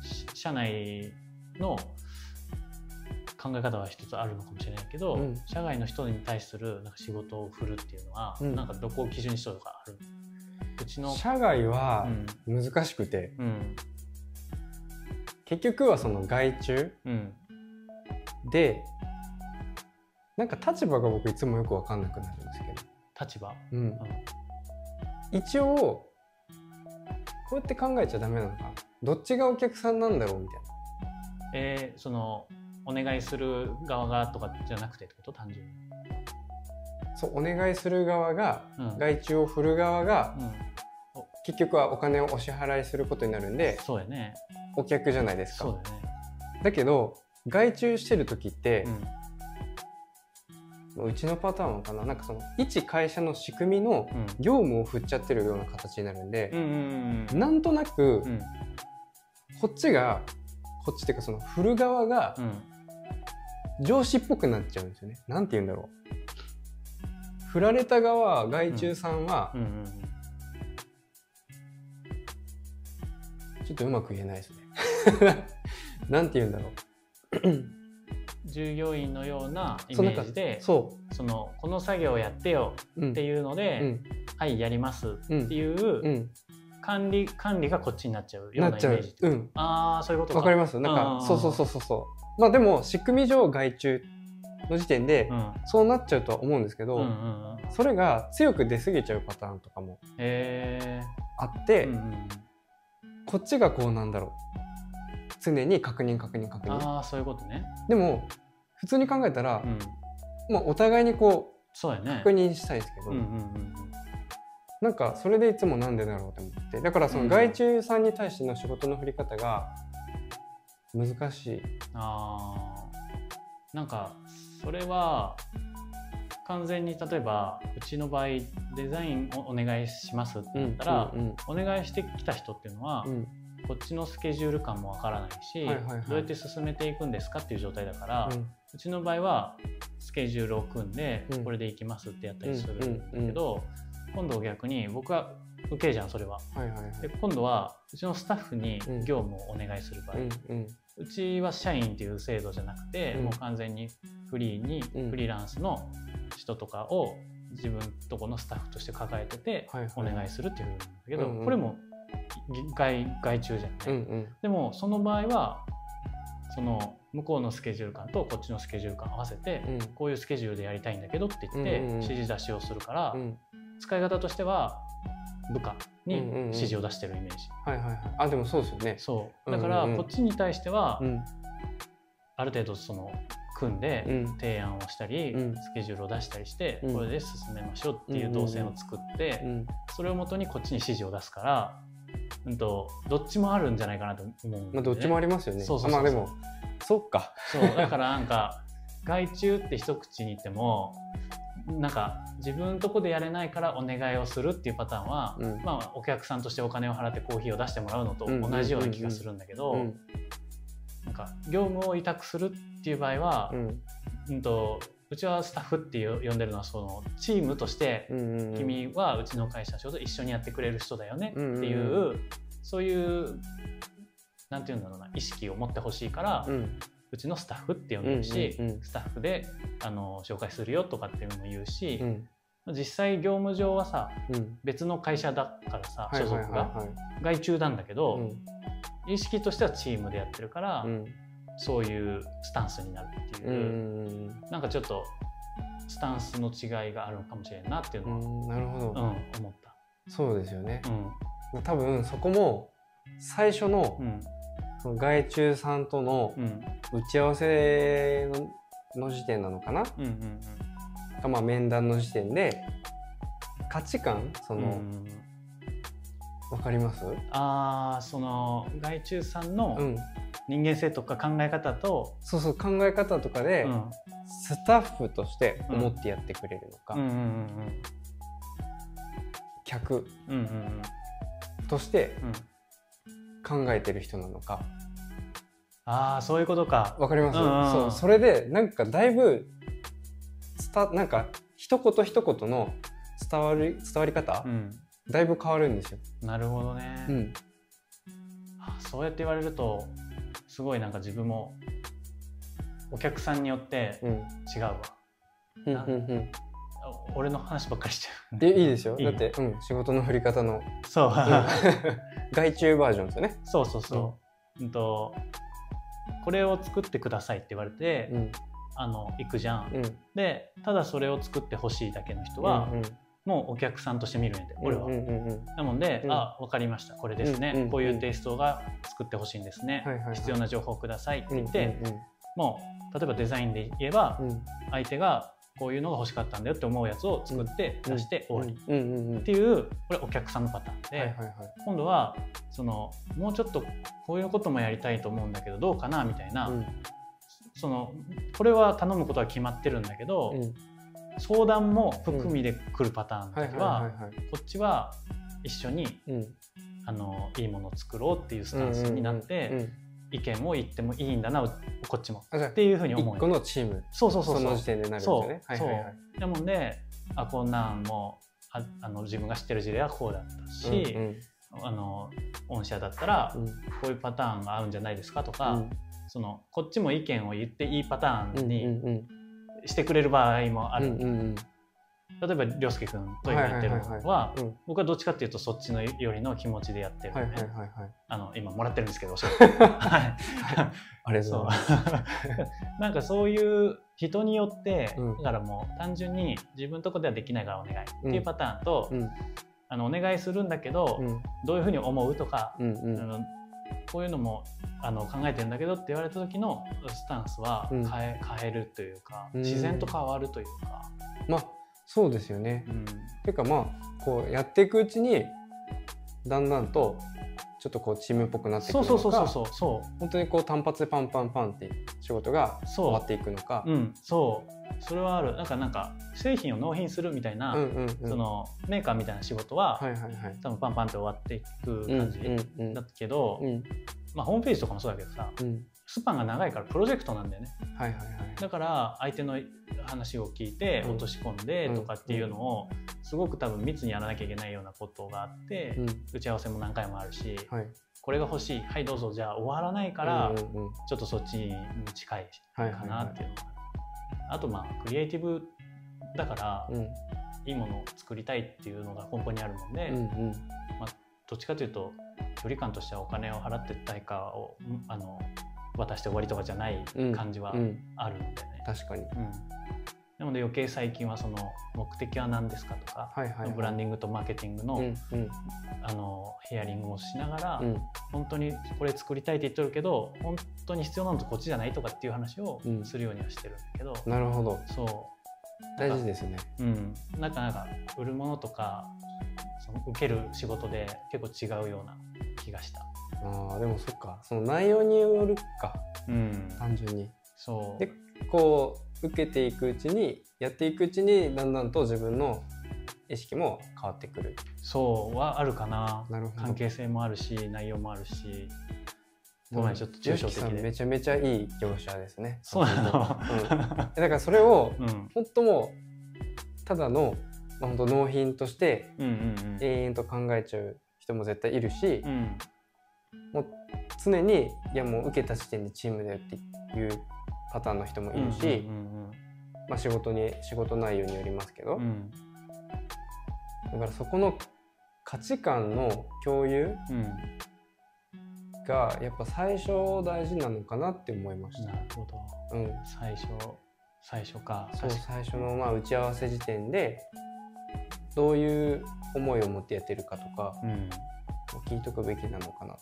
A: し社内の考え方は一つあるのかもしれないけど、
B: うん
A: 社外の人に対するなんか仕事を振るっていうのは、
B: うん
A: なんかどこを基準にしようとかあるうちの
B: 社外
A: う
B: は
A: ん
B: 難しくて、
A: うん
B: 結局はその外注
A: うん
B: でなんか立場が僕いつもよく分かんなくなるんですけど、
A: 立場
B: うん、一応こうやって考えちゃダメなのかなどっちがお客さんなんだろうみたいな
A: えーそのお願いする側がとかじゃなくてってこと単純に、
B: そうお願いする側が
A: うん
B: 外注を振る側が
A: うん、
B: 結局はお金をお支払いすることになるんで
A: そうやね
B: お客じゃないです
A: そう
B: か
A: だよね
B: だけど外注してる時って
A: う、ん
B: うちのパターンかななんかその一会社の仕組みの
A: うん
B: 業務を振っちゃってるような形になるんで
A: う、んうん
B: なんとなく
A: うん
B: こっちがこっちっていうかその振る側が
A: うん
B: 上司っぽくなっちゃうんですよねなんて言うんだろう振られた側外注さんは
A: うんうん
B: ちょっとうまく言えないです
A: <laughs>
B: ねなんて言うんだろ
A: 従業員のようなイ
B: そう
A: メ
B: な
A: ー
B: んか
A: ジで
B: うそ
A: そのこの作業をやってよ
B: う、うん、
A: っていうので、
B: うん
A: はいやります
B: うん
A: っていう、
B: うん、
A: 管理管理がこっちになっちゃうよ
B: な
A: う
B: っ
A: なイ
B: ちゃ
A: メ
B: う
A: ージ、
B: うん
A: ああそういうことか
B: わかりますなん
A: う
B: か
A: ん
B: そうそうそうそうそうまあでも仕組み上外注の時点で
A: うん
B: そうなっちゃうとは思うんですけど、
A: うんうんうん
B: それが強く出過ぎちゃうパターンとかも
A: へ
B: あっ
A: え
B: て、
A: うんうん
B: こっちがこうなんだろう常に確認確認確認
A: ああそういうことね
B: でも普通に考えたら、
A: うん
B: まあ、お互いにこう
A: そうやね
B: 確認したいですけど、
A: うんうんうん
B: なんかそれでいつもなんでだろうと思ってだからその外注さんに対しての仕事の振り方が難しい、
A: あーなんかそれは完全に例えばうちの場合デザインをお願いしますって言ったら、
B: うん
A: お願いしてきた人っていうのは、
B: うんうん
A: こっちのスケジュール感もわからないし、
B: はいはいはい
A: どうやって進めていくんですかっていう状態だから、
B: う
A: うんちの場合はスケジュールを組んで、
B: うん
A: これでいきますってやったりするん
B: う
A: だ
B: んうんうん
A: けど、今度逆に僕は受けじゃんそれは。
B: はいはいはい
A: で今度はうちのスタッフに
B: うん
A: 業務をお願いする場合、
B: うんうん
A: うちは社員っていう制度じゃなくて、
B: うん
A: もう完全にフリーに
B: うん
A: フリーランスの人とかを自分とこのスタッフとして抱えてて
B: はいはい
A: お願いするっていうふうなんだけど、
B: うんうん
A: これも外外注じゃない、
B: うんうん
A: でもその場合はその向こうのスケジュール感とこっちのスケジュール感合わせて、
B: うん
A: こういうスケジュールでやりたいんだけどって言って
B: うんうんうん
A: 指示出しをするから、
B: うん
A: 使い方としては部下に
B: うんうんうん
A: 指示を出してるイメージ、
B: はいはいはいあでもそうですよね
A: そうだから
B: うんうんうん
A: こっちに対しては、
B: うん
A: ある程度その組ん
B: う
A: で
B: ん
A: 提案をしたり、
B: うん
A: スケジュールを出したりして、
B: うん
A: これで進めましょうっていう動線を作って、
B: うん
A: それをもとにこっちに指示を出すから、うん、とどっちもあるんじゃないかなと思うんだよね
B: まあどっちもありますよね
A: そうそう
B: あ
A: そうそう
B: まあでもそっか
A: そうだからなんか外注って一口に言ってもなんか自分とこでやれないからお願いをするっていうパターンは、
B: うん
A: まあ、お客さんとしてお金を払ってコーヒーを出してもらうのと同じような気がするんだけど、
B: うん
A: なんか業務を委託するっていう場合は、
B: うん
A: うんとうちはスタッフっていう呼んでるのはそのチームとして
B: うんうん
A: 君はうちの会社の仕事一緒にやってくれる人だよねっていう、
B: うんう
A: そういうなんて言うんだろうな意識を持ってほしいから、う
B: うん
A: ちのスタッフって呼んでるし、
B: うんうんうん
A: スタッフであの紹介するよとかっていうのも言うし
B: う、ん
A: 実際業務上はさ
B: うん
A: 別の会社だからさ
B: はい
A: 所
B: は
A: 属
B: いはい
A: が
B: はい
A: 外注なんだけど、
B: うん
A: 意識としてはチームでやってるから、
B: うん
A: そういうスタンスになるっていう。
B: うんうん
A: なんかちょっとスタンスの違いがあるのかもしれんなっていう
B: う
A: のは、
B: んうんなるほ
A: うん
B: ど
A: 思った。
B: そうですよね
A: うん
B: 多分そこも最初の
A: うん
B: その外注さんとの
A: うん
B: 打ち合わせのの時点なのかな
A: うんうん
B: かまあ面談の時点で価値観そ
A: うんう
B: の、
A: ん
B: わかります
A: ああその外注さん
B: う
A: の
B: ん
A: 人間性とか考え方と、
B: そうそう考え方とかで、
A: うん
B: スタッフとして思ってやってくれるのか、
A: うんうんうん
B: 客
A: うんうんうん
B: として
A: うん
B: 考えてる人なのか
A: ああそういうことか。
B: わかります、
A: うんうんうん
B: そうそれでなんかだいぶ伝なんか一言一言の伝わる伝わり方、
A: うん
B: だいぶ変わるんですよ。
A: なるほどね。
B: うん
A: あそうやって言われるとすごいなんか自分もお客さんによって
B: うん
A: 違うわ。
B: うんうんうん
A: あ俺の話ばっかりしちゃう。
B: でいいですよ
A: いい
B: だって、うん、仕事の振り
A: <laughs>
B: 方の、
A: そう。
B: うん <laughs> 外注バージョンですよね。
A: そうそうそう。うんとこれを作ってくださいって言われて、
B: うん
A: あの行くじゃん。
B: うん、
A: でただそれを作ってほしいだけの人は、
B: うんうん
A: もうお客さんとして見るんやで俺は。
B: うんうんうん
A: なので、
B: うん
A: あ分かりましたこれですね、
B: うんうん
A: こういうテイストが作ってほしいんですね、
B: はいはいはい
A: 必要な情報をくださいって
B: うん
A: 言って、もう例えばデザインで言えば、
B: うんうん
A: 相手がこういうのが欲しかったんだよって思うやつを作って
B: うん
A: 出して終わり、っ
B: うんうんうんうん
A: ていうこれお客さんのパターンで、
B: はいはいはい
A: 今度はそのもうちょっとこういうこともやりたいと思うんだけどどうかなみたいな、
B: うん
A: そのこれは頼むことは決まってるんだけど、
B: うん
A: 相談も含みで来るパターンの
B: はいはい
A: 時は,、
B: はいはい
A: こっちは一緒に
B: うん
A: あのいいものを作ろうっていうスタンスになって、
B: うんうんうん
A: 意見を言ってもいいんだなこっちも
B: あじゃあ
A: っていうふうに思う
B: 一個
A: よ
B: のチーム
A: そうそうそう
B: そ
A: そ
B: の
A: う
B: 時点でなるんですよね。
A: そう
B: はいはいはい
A: なもんであこんなんもああの自分が知ってる事例はこうだったし、
B: うん
A: あの御社だったら
B: うん
A: こういうパターンが合うんじゃないですかとか、
B: うん
A: そのこっちも意見を言っていいパターン
B: う
A: に
B: んうん
A: してくれる場合もある、
B: うんうんうん
A: 例えば涼介君と今やってるのは,、
B: はいはいうん
A: 僕はどっちかっていうとそっちのよりの気持ちでやってるの
B: はい
A: ね、
B: はいはいはい。
A: あの今もらってるんです
B: <laughs>
A: けどお仕事はい
B: あれ
A: そ
B: そう
A: <laughs> なんかそういう人によって、
B: うん
A: だからもう単純に自分とこではできないからお願いっていうパターンと、
B: う。うん
A: あのお願いするんだけど、
B: うん
A: どういうふうに思うとか、
B: うんう
A: あ
B: ん
A: のこういうのもあの考えてるんだけどって言われた時のスタンスは
B: う
A: 変
B: ん
A: え,、変えるというか
B: うん
A: 自然と変わるというか、
B: まあそうですよね。
A: うん
B: ていうかまあこうやっていくうちにだんだんとちょっとこうチームっぽくなっていく
A: そう
B: のか
A: そうそうそうそうそ
B: 本当にこう単発でパンパンパンって仕事が
A: う
B: 終
A: そ
B: わっていくのか
A: う、うん、そうそれはあるなんかなんか製品を納品するみたいな、
B: うんうんうん
A: そのメーカーみたいな仕事は、
B: はいはいはい
A: 多分パンパンって終わっていく
B: うん
A: 感じ
B: うん
A: だけど、
B: うん
A: まあ、ホームページとかもそうだけどさ
B: うん
A: スパンが長いからプロジェクトなんだよね
B: はいはいはい
A: だから相手の話を聞いて
B: うん
A: 落とし込んでとかっていうのをすごく多分密にやらなきゃいけないようなことがあって、
B: うん
A: 打ち合わせも何回もあるし、
B: はい
A: これが欲しいはいどうぞじゃあ終わらないから、
B: うんうんうん
A: ちょっとそっちに近い
B: はい
A: か
B: はい
A: な
B: は
A: っていうのが、あとまあクリエイティブだから
B: いうん
A: いいものを作りたいっていうのが根本にあるもんで、
B: うんうん
A: どっちかというと距離感としてはお金を払って対価をんあの渡して終わりとかじゃない感じは
B: うん
A: あるんでね、
B: 確かに
A: うんなので余計最近はその目的は何ですかとか、
B: はいはいはい
A: ブランディングとマーケティングの,、
B: うんうん
A: あのヒアリングをしながら、
B: うん
A: 本当にこれ作りたいって言っとるけど本当に必要なのとこっちじゃないとかっていう話を
B: うん
A: するようにはしてるんだけど、
B: なるほど
A: そ
B: 大事ですね
A: う、うん、なんかなんか売るものとかその受ける仕事で結構違うような気がした。
B: ああでもそっかその内容によるか
A: うん、
B: 単純に
A: そう
B: でこう受けていくうちにやっていくうちにだんだんと自分の意識も変わってくる
A: そうはあるかな
B: なるほど
A: 関係性もあるし内容もある
B: <laughs>
A: しごめんちょっと
B: ジョ
A: 抽
B: ー
A: 象
B: キさん
A: 的
B: め
A: で
B: ちゃめちゃいい業者ですね
A: そうな
B: うん
A: の、
B: <laughs> だからそれを
A: うん、うん
B: 本当もうただの、まあ、本当納品として
A: うんうん
B: 永遠と考えちゃう人も絶対いるし、
A: うん
B: もう常にいやもう受けた時点でチームだよっていうパターンの人もいるし、
A: うん
B: まあ、仕事に仕事内容によりますけど、
A: うんうん
B: だからそこの価値観の共有
A: うん
B: がやっぱ最初大事なのかなって思いまし
A: な。
B: た
A: るほど
B: うん、
A: 最初最初か
B: そう
A: 確か
B: 最初のまあ打ち合わせ時点でどういう思いを持ってやってるかとか
A: うん
B: 聞いとくべきなのかなと。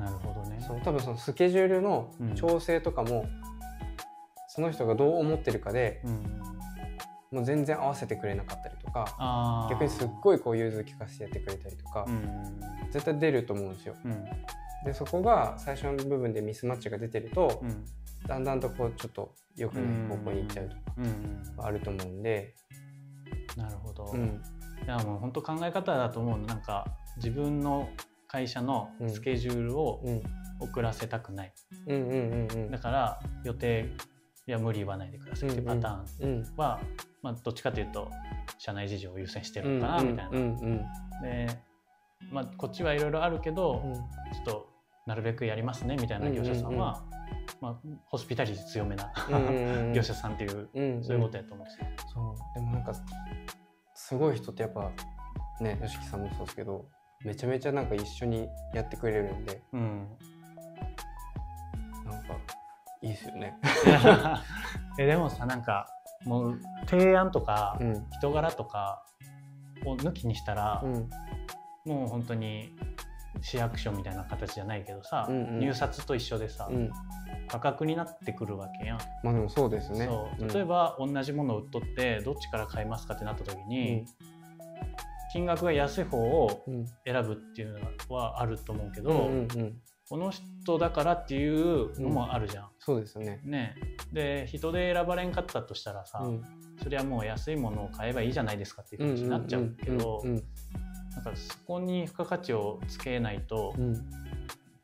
A: なるほどね
B: その多分そのスケジュールの
A: うん
B: 調整とかも、その人がどう思ってるかで
A: うん
B: もう全然合わせてくれなかったりとか
A: あ
B: 逆にすっ
A: い
B: ごいこう融通きかせてやってくれたりとか、
A: うん
B: 絶対出ると思うんですよ。
A: うん
B: でそこが最初の部分でミスマッチが出てると、
A: うん
B: だんだんとこうちょっと良くない方向に行っちゃうと
A: うんうん
B: かあると思うんで、
A: なるほど、
B: うん
A: いやもう本当考え方だと思うのなんか自分の会社のスケジュールを
B: うん、
A: 遅らせたくない、
B: うんうんうんうん
A: だから予定いや無理言わないでくださいっていうパターン
B: うん
A: は、まあ、どっちかというと社内事情を優先して
B: う
A: る
B: ん
A: のかなみたいな。
B: うんうん
A: で、まあ、こっちはいろいろあるけど、
B: うん
A: ちょっとなるべくやりますねみたいな業者さんは、まあ、ホスピタリティ強めな、
B: うんうんう
A: <laughs>
B: ん
A: 業者さんっていう、
B: うんん
A: そういうことやと思うんですよ。
B: そうでもなんかすごい人ってやっぱね y o さんもそうですけどめちゃめちゃなんか一緒にやってくれるんで <laughs>
A: うん、
B: なんかいいですよね。
A: えでもさなんかもう提案とか
B: うん
A: 人柄とかを抜きにしたら、
B: うん
A: もう本当に市役所みたいな形じゃないけどさ、
B: うんうん
A: 入札と一緒でさ、
B: うん
A: 価格になってくるわけやん。
B: まあでもそうですね。
A: そう例え
B: ば、
A: ば同じものを売っとってどっちから買いますかってなった時
B: うん
A: に、金額が安い方を
B: うん
A: 選ぶっていうのはあると思うけど、
B: うんうん、
A: この人だからっていうのもあるじゃん。
B: そうですよね。
A: ねで人で選ばれんかったとしたらさ、
B: うん
A: そりゃもう安いものを買えばいいじゃないですかっていう感じになっちゃうけど
B: うん
A: なんかそこに付加価値をつけないと、
B: うんうん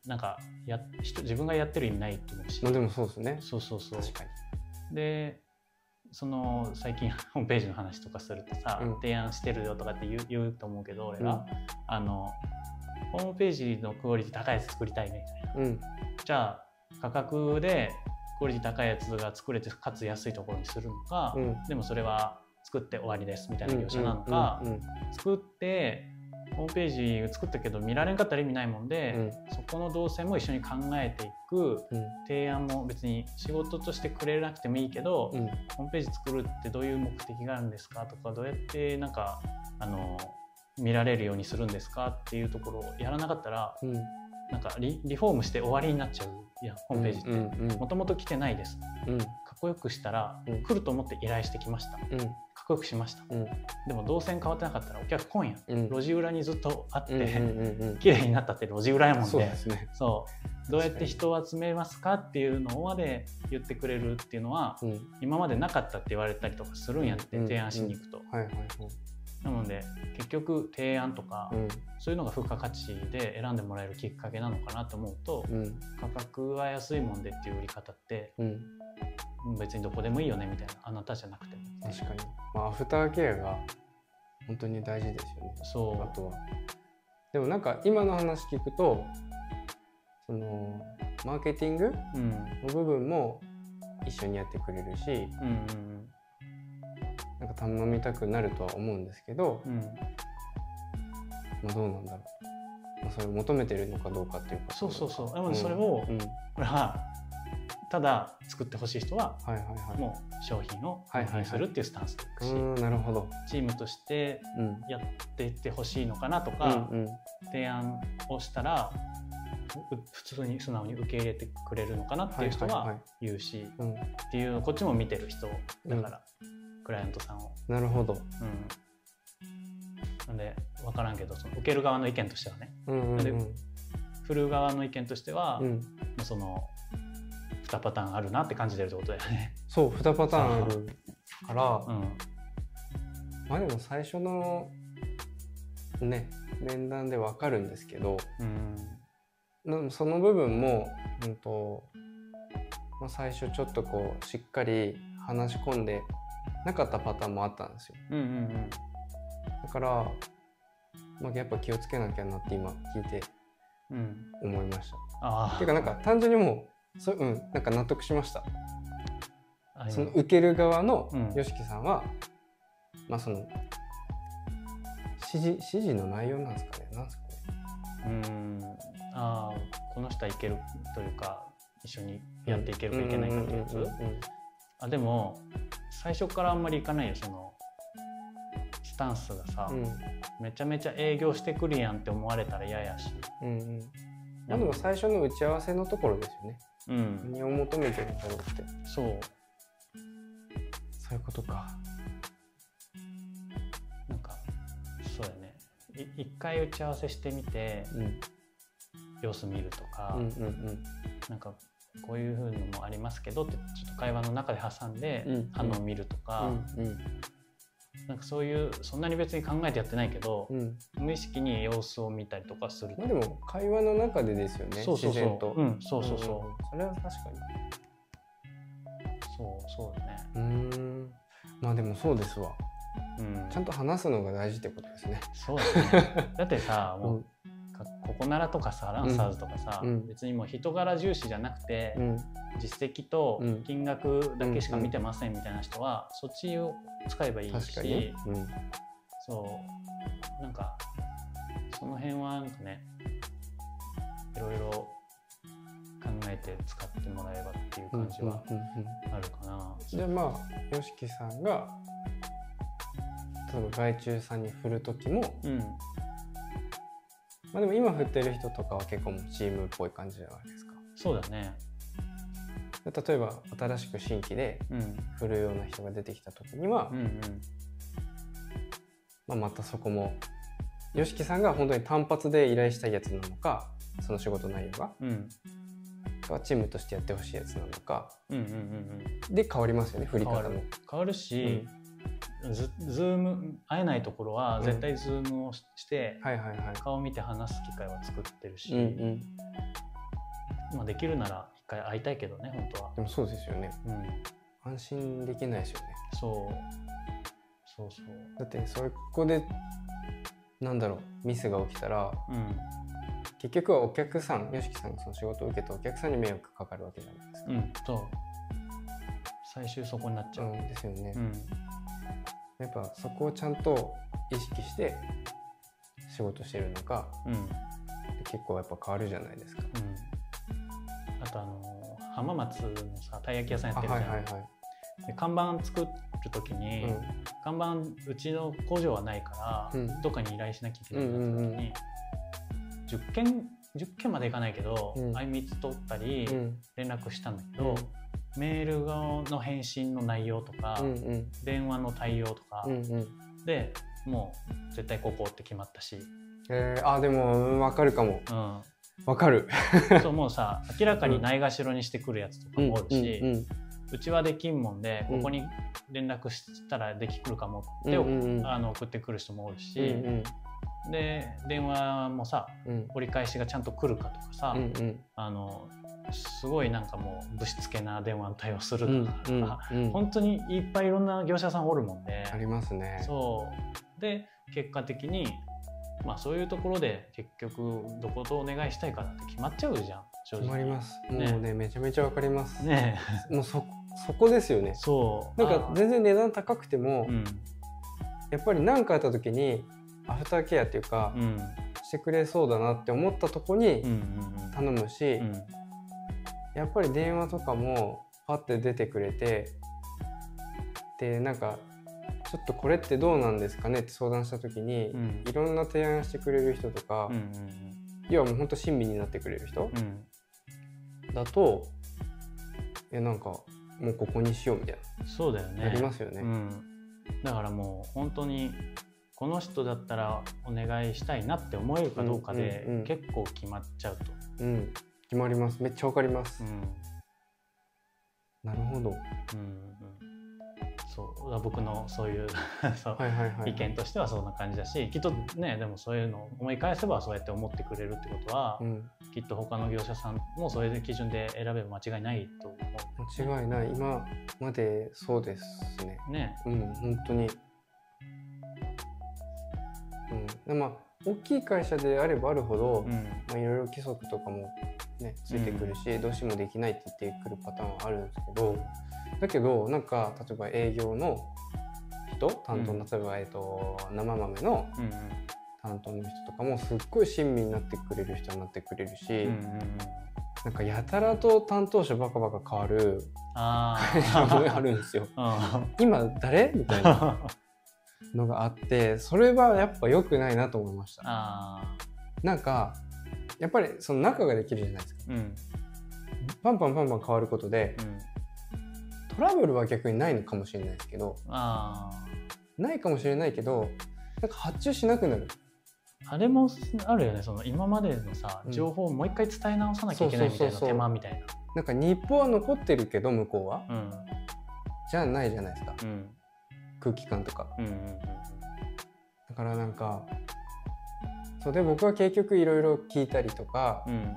A: なんかや人自分がやってる意味ないと思うし、
B: まあでもそうですね。
A: そうそうそう
B: 確かに。
A: でその最近 <laughs> ホームページの話とかするとさ、
B: うん
A: 提案してるよとかって言う言うと思うけど俺は、あのホームページのクオリティ高いやつ作りたいねみたいな
B: うん
A: じゃあ価格でクオリティ高いやつが作れてかつ安いところにするのか、
B: うん。
A: でもそれは作って終わりですみたいな業者なのか、
B: うんうん
A: 作ってホームページ作ったけど見られんかったら意味ないもんで、そこの動線も一緒に考えていく
B: うん
A: 提案も別に仕事としてくれなくてもいいけど、
B: うん
A: ホームページ作るってどういう目的があるんですかとかどうやってなんかあの見られるようにするんですかっていうところをやらなかったら
B: うんうん
A: なんかリリフォームして終わりになっちゃういやホームページ
B: うん
A: って
B: うん
A: もともと来てないです
B: うん
A: かっこよくしたら、
B: うん
A: 来ると思って依頼してきましたかっ
B: うん
A: こよくしました
B: うん
A: でも動線変わってなかったらお客来んやん
B: うん
A: 路地裏にずっとあって、
B: うんうんうん
A: 綺麗になったって路地裏やもん
B: そう
A: で
B: ですね。
A: そうどうやって人を集めますかっていうのまで言ってくれるっていうのは
B: うん
A: 今までなかったって言われたりとかするんやって
B: うん
A: 提案しに行くと。
B: はいはいはい。
A: なので結局提案とか
B: うん
A: そういうのが付加価値で選んでもらえるきっかけなのかなと思うと
B: うん
A: 価格は安いもんでっていう売り方って
B: うん
A: うん別にどこでもいいよねみたいなあなたじゃなくても
B: 確かに。まあアフターケアが本当に大事ですよね。あ
A: そ
B: とは。でもなんか今の話聞くと、そのマーケティング
A: ううん
B: の部分も一緒にやってくれるし、
A: うんうん
B: なんか頼みたくなるとは思うんですけど、
A: うんうん
B: まあどうなんだろう。まあそれを求めてるのかどうかっていうか。
A: そうそうそうで
B: う
A: も
B: ん
A: それを
B: うんはい
A: これはただ作ってほしい人は
B: はいはい。
A: もう商品を
B: は
A: 納
B: いはいはい
A: 品するっていうスタンスでいく
B: う
A: し
B: ーんなるほど。
A: チームとして
B: うん。
A: やっていってほしいのかなとか
B: うんうん
A: 提案をしたらう普通に素直に受け入れてくれるのかなっていう人
B: はいはい
A: は
B: はい
A: 言うし
B: うん、
A: っていうこっちも見てる人だからクライアントさんを。
B: なるほど。
A: うんなんで分からんけどその受ける側の意見としてはね
B: うんうんう
A: で
B: ん。
A: 振る側の意見としては、
B: う
A: も
B: ん、
A: うその2パターンあるなって感じてるってことだよね。
B: そう2パターンあるから、
A: うん
B: まあでも最初のね面談でわかるんですけど
A: うん
B: でもその部分も、うんとまあ、最初ちょっとこうしっかり話し込んでなかったパターンもあったんですよ
A: うんうん
B: だから、まあ、やっぱ気をつけなきゃなって今聞いて
A: うんうん
B: 思いまし
A: あ
B: た
A: あ
B: ていうかなんか単純にもうそうんなんか納得しました
A: あ
B: その
A: 今
B: 受ける側の
A: うん
B: y o s さんは、まあその指示指示の内容なんですかねなんですかね
A: うんああこの人はいけるというか一緒にやっていけるかいけないかってや
B: うんう
A: つ
B: んうんうん
A: あでも最初からあんまりいかないよそのスタンスがさ、めちゃめちゃ営業してくるやんって思われたら嫌やし
B: うんうんうんまあでも最初の打ち合わせのところですよね
A: うん
B: 何を求めてるんだろうって
A: そう
B: そういうことか
A: なんかそうやねい一回打ち合わせしてみて
B: うん
A: 様子見るとか、
B: うんうん
A: なんかこういう風のもありますけどってちょっと会話の中で挟んで
B: うん
A: 反応を見ると
B: う
A: か、
B: んうん
A: なんかそういうそんなに別に考えてやってないけど
B: う、ん
A: 無意識に様子を見たりとかすると、
B: まあでも会話の中でですよね
A: そうそう
B: 自然
A: そ
B: と
A: う、うん、そうそうそう、
B: んそれは確かに
A: そうそうだね
B: うーんまあでもそうですわ
A: うん
B: ちゃんと話すのが大事ってことですね
A: そうだねだってさ
B: <laughs> う
A: もうんかここならとかさランサーズとかさ、
B: うん
A: 別にもう人柄重視じゃなくて、
B: うん
A: 実績と
B: うん
A: 金額だけしか見てませんみたいな人は、そっちを使えばいい
B: 確
A: し、
B: かにうん
A: そうなんかその辺はなんかねいろいろ考えて使ってもらえばっていう感じは
B: うんうんうんうん
A: あるかな。
B: でまあ YOSHIKI さんが例えば外注さんに振る時も、
A: うん、
B: まあ、でも今振ってる人とかは結構もうチームっぽい感じじゃないですか
A: そうだね。
B: で例えば新しく新規で
A: うん、
B: 振るような人が出てきた時には、
A: うん、うん。
B: まあ、またそこも YOSHIKI さんが本当に単発で依頼したいやつなのかその仕事内容が
A: うん、
B: がチームとしてやってほしいやつなのか
A: うん、うん、うん、うん。
B: で変わりますよね振り方
A: 変わ
B: も
A: る。変わるし、ずズーム会えないところは絶対ズームをしして、
B: はいはいはい。
A: 顔見て話す機会は作ってるし、
B: うんうん、
A: まあ、できるなら一回会いたいけどね本当は、
B: でもそうですよね
A: うん、
B: 安心できないですよね。
A: そうそうそう
B: だってそこでなんだろうミスが起きたら
A: うん
B: 結局はお客さん YOSHIKI さんがその仕事を受けたお客さんに迷惑かかるわけじゃないですか。
A: うんそう最終そこになっちゃう
B: うんですよね、
A: うん
B: やっぱそこをちゃんと意識して仕事してるのか
A: うんうん
B: 結構やっぱ変わるじゃないですか。
A: あとあのー浜松のさたい焼き屋さんやってるじゃん、
B: は
A: で看板作る時に、
B: うん
A: 看板うちの工場はないから、
B: うん
A: どっかに依頼しなきゃいけないってなった時に、
B: うんうんうん
A: 10件10件までいかないけど、
B: うん
A: あいみつ取ったり
B: うん
A: 連絡したんだけ
B: う
A: ど、
B: ん
A: メールの返信の内容とか、
B: うんうん
A: 電話の対応とか
B: うんうん
A: で、もう絶対ここって決まったし、う
B: えー、あでもうんわかるかも <laughs>
A: ん、
B: わかる
A: そうもうさ明らかにないがしろにしてくるやつとかもおるし、
B: うんうん
A: うちはできんもんで
B: うん
A: ここに連絡したらできくるかもっ
B: うん
A: て、
B: うんうん
A: あの送ってくる人もおるし、
B: うん
A: で電話もさ
B: うんうん
A: 折り返しがちゃんと来るかとかさ、
B: うんうん
A: あのすごいなんかもうぶしつけな電話の対応する
B: うん
A: とか、
B: うんうん
A: 本当にいっぱいいろんな業者さんおるもんで、
B: ありますね
A: そうで結果的に、まあ、そういうところで結局どことお願いしたいかって決まっちゃうじゃん正直。
B: 困りますもう
A: ね
B: ねめちゃめちゃわかります、
A: ね
B: もうそそこですよね
A: えそう
B: なんか
A: あ
B: 全然値段高くても、
A: うん
B: やっぱり何かあった時にアフターケアっていうか、
A: うん
B: してくれそうだなって思ったとこに
A: うんうん
B: 頼むし、
A: うんうん
B: やっぱり電話とかもパッて出てくれてでなんかちょっとこれってどうなんですかねって相談した時に、
A: うん
B: いろんな提案してくれる人とか、
A: うんうん
B: 要はもうほんと親身になってくれる
A: う
B: 人
A: んうん
B: だと、えなんかもうここにしようみたい
A: そうだよ
B: な、
A: ね
B: なりますよね。
A: うん、だからもう本当にこの人だったらお願いしたいなって思えるかどうかで
B: うんうんうん
A: 結構決まっちゃうと、
B: うん、決まりますめっちゃわかります、
A: うんうん
B: なるほど
A: うんそう僕のそういう <laughs> そう、
B: はいはいはいはい
A: 意見としてはそんな感じだしきっとねでもそういうのを思い返せばそうやって思ってくれるってことは、
B: うん、
A: きっと他の業者さんもそういう基準で選べば間違いないと思
B: 間違いない今までそうですね
A: うね。
B: うん本当にうんでまあ大きい会社であればあるほど、
A: うん
B: まあ、いろいろ規則とかもねついてくるし、どうしてもできないって言ってくるパターンはあるんですけどだけどなんか例えば営業の人担当
A: うん
B: の例えば、えっと生豆の
A: うんうん
B: 担当の人とかもすっごい親身になってくれる人になってくれるし、
A: うんうん
B: <laughs>
A: うん
B: なんかやたらと担当者バカバカ変わる
A: あ
B: 会社もあ
A: ー
B: るんですよ。
A: うん
B: 今誰みたいなのがあってそれはやっぱ良くないなと思いました。
A: <laughs> あ
B: なんかやっぱりその仲ができるじゃないですか。
A: ーうん
B: パンパンパンパン変わることで
A: うん
B: トラブルは逆にないのかもしれないですけど
A: あ
B: ないかもしれないけどなんか発注しなくなる。
A: ああれもあるよねその今までのさ
B: うん
A: 情報をもう一回伝え直さなきゃいけないみたい
B: そ
A: な
B: うそうそうそう
A: 手間みたい
B: なんか日報は残ってるけど向こうは
A: なうん
B: じゃあないじゃないですか
A: うん
B: 空気感とか。
A: うんうん
B: だからなんかそうで僕は結局いろいろ聞いたりとか
A: う、ん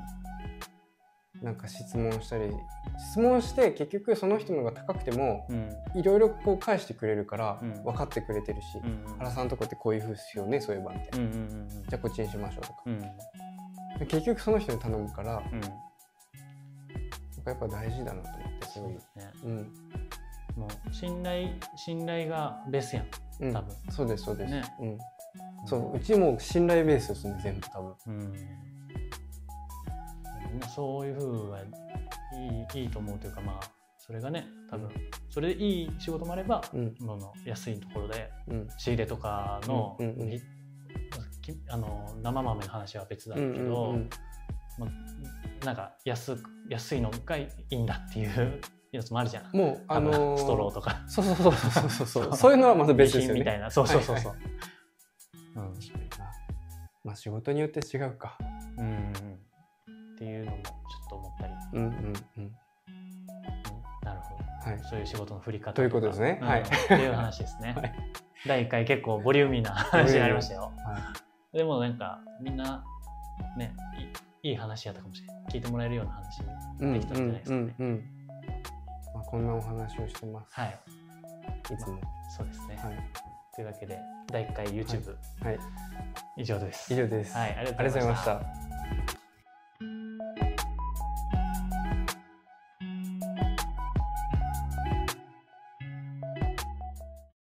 B: なんか質問したり質問して結局その人のが高くても
A: うんうん
B: いろいろこう返してくれるから
A: うん
B: 分かってくれてるし、
A: うんうん
B: 原さんのとこってこういう風っすよねそういえばみたいな、
A: うんうんうんうん
B: じゃあこっちにしましょうとか
A: うん
B: 結局その人に頼むからなん
A: うん
B: かやっぱ大事だなと思ってす
A: そ
B: ご
A: う
B: い
A: で、すね
B: うん
A: もう信頼信頼がベースやん
B: うん、
A: 多分
B: そうですそうです、
A: ね
B: うん、そううちもう信頼ベースですね全部多分
A: うんみんなそういうふうがいいいいと思うというかまあそれがね多分それでいい仕事もあれば
B: うん
A: もの安いところで
B: うん
A: 仕入れとかの,
B: う
A: ぎ、
B: んうんうん
A: きあの生豆の話は別だ
B: う
A: けど、
B: んうん
A: まあなんか安く安いのがいいんだっていう <laughs> やつもあるじゃん
B: うん、もうあ
A: 多
B: の
A: 分
B: ー、
A: ストローとか
B: そうそうそうそうそうそうそ <laughs>
A: そう
B: ういうのはまた別ですよ
A: 備品みた
B: ね
A: いなそうそうそうそう、
B: まあ仕事によって違うか
A: うんうんっていうのもちょっと思ったり、
B: うんうんうん
A: うんなるほど
B: はい
A: そういう仕事の振り方
B: ということですね
A: うん
B: はい
A: っていう話ですね、
B: <laughs> はい
A: 第1回結構ボリューミーな話になりましたよ
B: は
A: でもなんかみんなねいいいい話やったかもしれない聞いてもらえるような話
B: うん
A: できたんじゃないですかね、
B: うんうんうんまあ、こんなお話をしてます、
A: はい
B: い、つも、
A: そうですね、
B: はい、
A: というわけで第1回 YouTube、
B: はい、
A: 以上です
B: 以上です、
A: はいありがとうございました
B: ありがとうございました